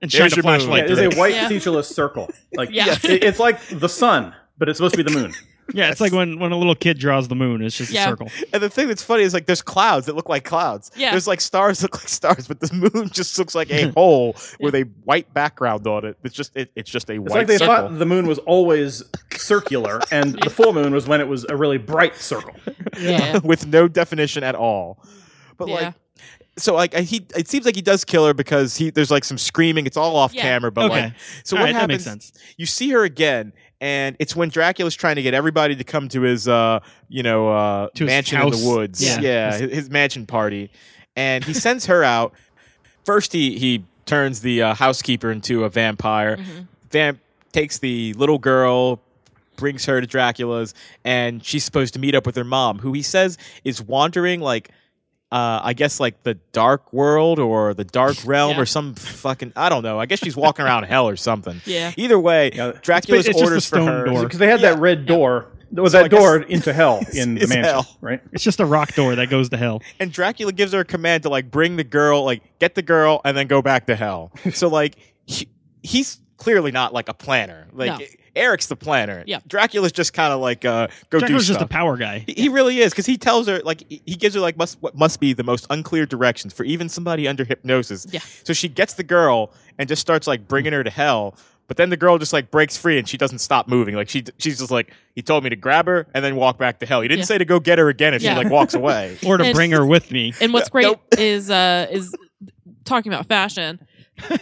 S5: and
S6: there's
S5: shines a
S6: your moon.
S5: flashlight.
S3: Yeah,
S5: through
S3: it
S5: it.
S3: is a white
S4: Yeah.
S3: featureless circle. Like
S4: Yeah.
S3: it- it's like the sun, but it's supposed to be the moon.
S5: Yeah, it's like when, when a little kid draws the moon. It's just
S4: Yeah.
S5: a circle.
S6: And the thing that's funny is like there's clouds that look like clouds.
S4: Yeah.
S6: There's like stars that look like stars, but the moon just looks like a hole with a white background on it. It's just it, it's just a
S3: It's
S6: white
S3: like they
S6: circle.
S3: thought the moon was always circular, and the full moon was when it was a really bright circle.
S4: Yeah.
S6: with no definition at all. But
S4: Yeah.
S6: like, so like I- he, it seems like he does kill her because he there's like some screaming. It's all off
S4: Yeah.
S6: camera, but
S5: Okay.
S6: like, so
S5: All
S6: what
S5: right,
S6: happens?
S5: that makes sense.
S6: You see her again, and it's when Dracula's trying to get everybody to come to his, uh, you know, uh,
S5: To his
S6: mansion in
S5: house.
S6: the woods.
S5: Yeah.
S6: his, his mansion party, and he sends her out. First, he he turns the uh, housekeeper into a vampire. Vamp takes the little girl, brings her to Dracula's, and she's supposed to meet up with her mom, who he says is wandering like. Uh, I guess like the dark world or the dark realm
S4: Yeah.
S6: or some fucking I don't know. I guess she's walking around hell or something.
S4: Yeah.
S6: Either way, Dracula's
S5: it's just
S6: orders
S5: the
S6: for
S5: stone
S6: her.
S5: door.
S3: Because they had that red door. There was
S6: So I
S3: that
S6: guess-
S3: door into hell in the
S6: It's
S3: mansion,
S6: hell.
S3: right?
S5: It's just a rock door that goes to hell.
S6: and Dracula gives her a command to like bring the girl, like get the girl, and then go back to hell. so like he, he's clearly not like a planner. Like
S4: No.
S6: Eric's the planner.
S4: Yeah.
S6: Dracula's just kind of like uh, go
S5: Dracula's
S6: do
S5: just a
S6: stuff.
S5: power guy.
S6: He- he really is because he tells her like he he gives her like must what must be the most unclear directions for even somebody under hypnosis.
S4: Yeah.
S6: So she gets the girl and just starts like bringing her to hell. But then the girl just like breaks free and she doesn't stop moving. Like she she's just like he told me to grab her and then walk back to hell. He didn't
S4: Yeah.
S6: say to go get her again if
S4: Yeah.
S6: she like walks away.
S5: Or to
S4: And-
S5: bring her with me.
S4: And what's great
S6: Nope.
S4: is uh is talking about fashion.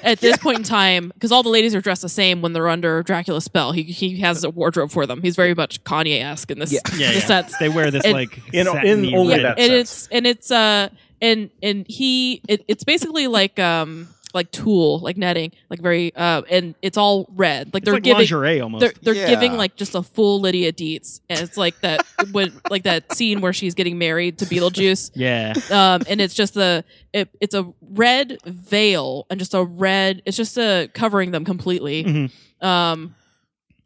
S4: At this point in time, because all the ladies are dressed the same when they're under Dracula's spell, he, he has a wardrobe for them. He's very much Kanye esque in this,
S5: Yeah,
S4: this
S5: yeah.
S4: sense.
S5: They wear this
S4: And-
S5: like
S3: In- in
S5: satiny
S3: only
S5: red.
S3: that
S4: and it's
S3: sense.
S4: and it's uh and and he it, it's basically like um like tulle like netting like very uh and it's all red like
S5: It's
S4: they're
S5: like
S4: giving
S5: lingerie almost.
S4: they're they're
S6: Yeah.
S4: giving like just a full Lydia Dietz and it's like that when like that scene where she's getting married to Beetlejuice
S5: yeah.
S4: um, and it's just the it, it's a red veil and just a red. It's just a covering them completely.
S6: Mm-hmm.
S4: Um,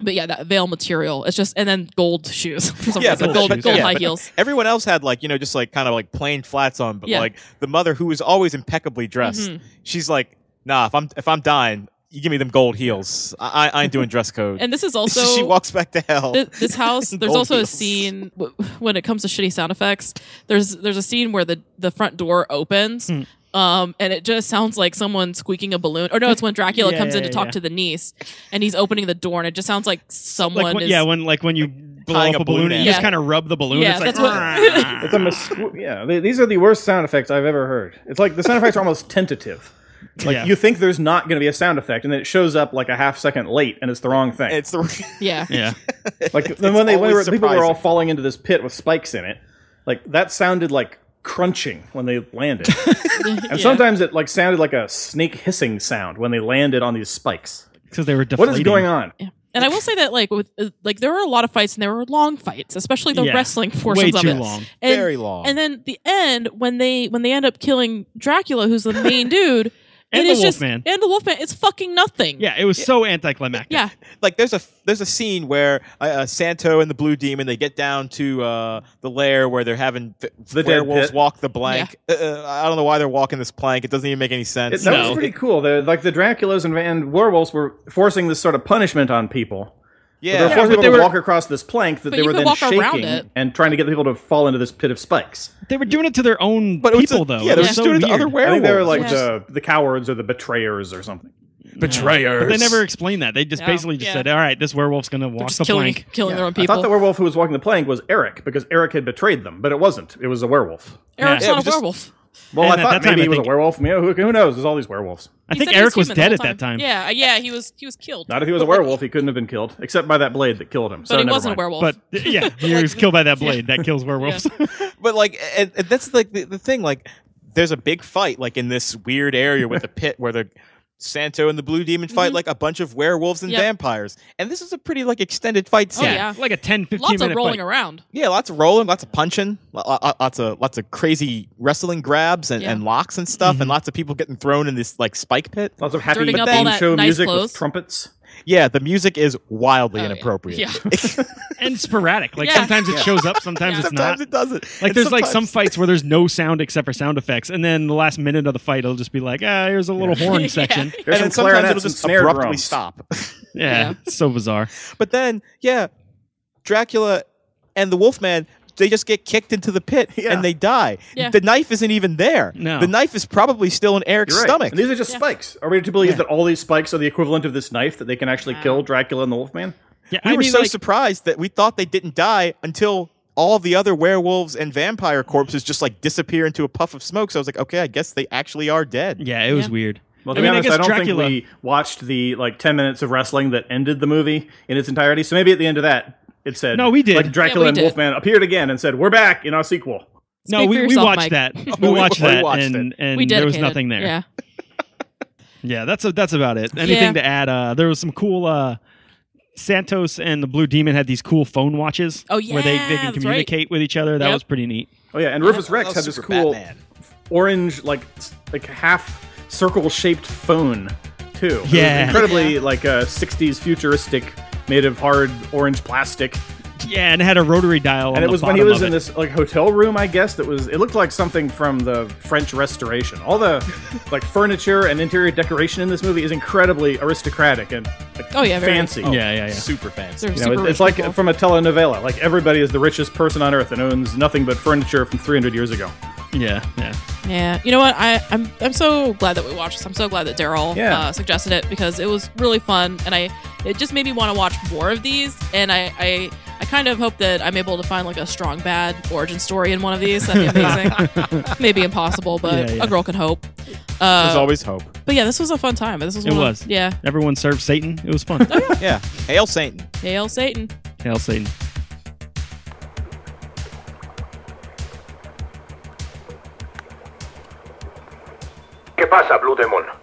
S4: but yeah, that veil material. It's just and then gold shoes. For some
S6: Yeah,
S4: reason.
S6: but-
S4: gold,
S6: but-
S4: gold
S6: yeah,
S4: high
S6: but-
S4: heels.
S6: Everyone else had like you know just like kind of like plain flats on, but
S4: Yeah. Mm-hmm.
S6: like the mother who is always impeccably dressed, she's like, nah, if I'm if I'm dying, you give me them gold heels. I, I, I ain't doing dress code.
S4: And this is
S6: So
S4: also
S6: she walks back to hell.
S4: Th- this house there's
S6: Gold
S4: also a
S6: heels.
S4: scene w- when it comes to shitty sound effects there's there's a scene where the the front door opens
S5: Hmm.
S4: um and it just sounds like someone squeaking a balloon or no it's when dracula
S5: Yeah,
S4: comes in
S5: yeah,
S4: to talk
S5: yeah.
S4: to the niece and he's opening the door and it just sounds like someone
S5: Like when,
S4: is
S5: yeah, when like when you blow
S6: tying
S5: up
S6: a
S5: a balloon,
S6: balloon
S5: and
S6: end.
S5: you just
S4: Yeah.
S5: kind of rub the balloon.
S4: Yeah,
S5: it's like "Ah."
S4: that's what-
S3: It's a mis- yeah. they- these are the worst sound effects I've ever heard. It's like the sound effects are almost tentative. Like
S5: Yeah.
S3: you think there's not going to be a sound effect, and then it shows up like a half second late, and it's the wrong thing.
S6: it's the
S4: yeah
S5: yeah.
S3: like then when they when
S6: always
S3: they were, people were all
S6: surprising.
S3: falling into this pit with spikes in it, like that sounded like crunching when they landed, and sometimes it like sounded like a snake hissing sound when they landed on these spikes.
S5: Because they were
S3: What
S5: deflating.
S3: is going on?
S4: and i will say that like with uh, like there were a lot of fights and there were long fights especially the
S5: Yeah.
S4: wrestling
S5: Way
S4: portions of
S5: too
S4: it
S5: long.
S4: And-
S6: very long.
S4: and then the end when they when they end up killing dracula who's the main dude
S5: And
S4: it
S5: the
S4: is just
S5: Wolfman.
S4: and the Wolfman. It's fucking nothing.
S5: Yeah, it was so anticlimactic.
S4: yeah.
S6: like there's a there's a scene where uh, uh, Santo and the Blue Demon they get down to uh, the lair where they're having f-
S3: The dead
S6: werewolves
S3: pit.
S6: walk the blank. Uh, uh, I don't know why they're walking this plank. It doesn't even make any
S3: It,
S6: sense.
S3: that was pretty cool. The, like the Draculas and, and werewolves were forcing this sort of punishment on people. But
S6: yeah,
S3: They're forcing
S5: but
S3: people
S5: they
S3: to
S5: were-
S3: walk across this plank
S4: But
S3: that they
S4: you
S3: were
S4: could
S3: then
S4: walk around it.
S3: shaking and trying to get people to fall into this pit of spikes.
S5: They were doing it to their own
S6: But it was
S5: people,
S6: a-
S5: though.
S6: yeah, they
S5: It was
S6: were
S5: so
S6: doing it to
S5: weird.
S6: other
S3: I think they were like
S4: Yes.
S3: the, the cowards or the betrayers or something.
S9: Betrayers.
S5: But they never explained that. They just
S4: No,
S5: basically just
S4: yeah.
S5: said, "All right, this werewolf's gonna walk
S4: Just
S5: the
S4: killing
S5: plank."
S4: killing their own
S3: I
S4: people.
S3: thought the werewolf who was walking the plank was Eric because Eric had betrayed them, but it wasn't. It was a werewolf.
S4: Eric's
S6: Yeah, it
S4: not a
S6: was just-
S4: werewolf.
S3: Well,
S5: And
S3: I
S5: at
S3: thought
S5: that time,
S3: maybe
S5: I
S3: he was a
S5: think-
S3: werewolf. You know, who, who knows? There's all these werewolves.
S5: I
S4: He
S5: think
S4: said he
S5: Eric was
S4: human the
S5: dead
S4: whole
S5: at that time.
S4: Yeah, yeah, he was he was killed.
S3: Not if he was a werewolf, he couldn't have been killed, except by that blade that killed him.
S4: but
S3: so
S4: he
S3: never
S4: wasn't
S3: mind.
S4: a werewolf.
S5: But yeah, he was killed by that blade that kills werewolves.
S6: but like and, and that's like the, the thing like there's a big fight like in this weird area with the pit where the santo and the blue demon fight like a bunch of werewolves and
S4: Mm-hmm. Yep.
S6: vampires and this is a pretty like extended fight
S4: Oh,
S6: scene
S4: yeah.
S5: like a 10, 15
S4: Lots of
S5: minute
S4: rolling
S5: fight.
S4: around.
S6: Yeah, lots of rolling lots of punching lo- lo- lots of lots of crazy wrestling grabs and,
S4: Yeah.
S6: and locks and stuff
S3: Mm-hmm.
S6: and lots of people getting thrown in this like spike pit
S3: Lots of happy
S4: Dirtying up all
S3: game
S4: that
S3: show
S4: nice
S3: music
S4: clothes.
S3: with trumpets.
S6: yeah the music is wildly
S4: Oh, yeah.
S6: inappropriate
S4: Yeah.
S5: and sporadic. Like
S4: Yeah.
S5: sometimes it shows up, sometimes
S4: Yeah.
S5: it's
S6: sometimes
S5: not.
S6: it doesn't
S5: Like
S6: And
S5: there's like some
S6: sometimes-
S5: fights where there's no sound except for sound effects, and then the last minute of the fight, it'll just be like, ah, here's a little horn
S4: Yeah.
S5: section.
S3: There's
S6: and then
S3: some
S6: sometimes
S3: clarinets
S6: it'll
S3: and
S6: just
S3: snare
S6: abruptly
S3: drums.
S6: stop
S5: Yeah,
S4: Yeah.
S5: it's so bizarre.
S6: But then, yeah, Dracula and the Wolfman, they just get kicked into the pit
S3: Yeah.
S6: and they die.
S4: Yeah.
S6: The knife isn't even there.
S5: No.
S6: The knife is probably still in Eric's
S3: You're right.
S6: stomach.
S3: And these are just spikes. Are we to believe that all these spikes are the equivalent of this knife that they can actually kill Dracula and the Wolfman?
S5: Yeah,
S6: we
S5: I
S6: were
S5: mean,
S6: so
S5: like,
S6: surprised that we thought they didn't die until all the other werewolves and vampire corpses just like disappear into a puff of smoke. So I was like, okay, I guess they actually are dead.
S5: yeah, it was
S4: Yeah.
S5: weird.
S3: Well,
S5: I
S3: to
S5: mean,
S3: be honest,
S5: I
S3: I,
S5: guess
S3: don't
S5: Dracula.
S3: think we watched the like ten minutes of wrestling that ended the movie in its entirety. So maybe at the end of that, it said
S5: No, we did.
S3: Like Dracula
S4: Yeah, we
S3: and
S4: did.
S3: Wolfman appeared again and said, "We're back in our sequel."
S5: no,
S4: Speak
S5: we,
S4: for
S5: we
S4: yourself,
S5: watched
S4: Mike.
S5: that.
S6: We-
S5: We watched
S6: we
S5: that,
S6: watched
S5: and,
S4: we
S5: and
S4: dedicated.
S5: there was nothing there.
S4: Yeah.
S5: Yeah, that's a, that's about it. Anything
S4: Yeah.
S5: to add? Uh, there was some cool. Uh, Santos and the Blue Demon had these cool phone watches.
S4: Oh,
S5: where they, they
S4: yeah,
S5: can
S4: that's
S5: communicate with each other. That
S4: Yep.
S5: was pretty neat.
S3: Oh yeah, and Rufus Rex
S6: That
S3: had
S6: was
S3: this
S6: super
S3: cool
S6: Batman.
S3: orange, like s- like half circle shaped phone too. It was
S5: Yeah.
S3: incredibly like a '60s futuristic, made of hard orange plastic.
S5: Yeah, and it had a rotary dial. on
S3: and it
S5: the
S3: was when he
S5: bottom
S3: was
S5: of
S3: in
S5: it.
S3: this like hotel room i guess that was it looked like something from the french restoration all the like furniture and interior decoration in this movie is incredibly aristocratic and like,
S4: Oh, yeah, very.
S3: fancy
S5: Yeah, yeah, yeah.
S6: Super fancy.
S4: They're
S3: you know,
S4: super
S3: it-
S4: rich
S3: it's like
S4: people.
S3: from a telenovela like everybody is the richest person on earth and owns nothing but furniture from 300 years ago
S5: Yeah, yeah.
S4: Yeah, you know what? I, I'm I'm so glad that we watched this. I'm so glad that Daryl
S3: Yeah.
S4: uh, suggested it because it was really fun, and I it just made me want to watch more of these. And I, I I kind of hope that I'm able to find like a strong bad origin story in one of these. That'd be amazing. Maybe impossible, but
S5: Yeah, yeah.
S4: a girl can hope. Uh,
S6: There's always hope.
S4: but yeah, this was a fun time. This was
S5: It
S4: one of-
S5: was.
S4: yeah. Oh,
S5: Everyone served Satan. It was fun.
S6: yeah. Hail Satan.
S4: Hail Satan!
S5: Hail Satan.
S8: ¿Qué pasa, Blue Demon?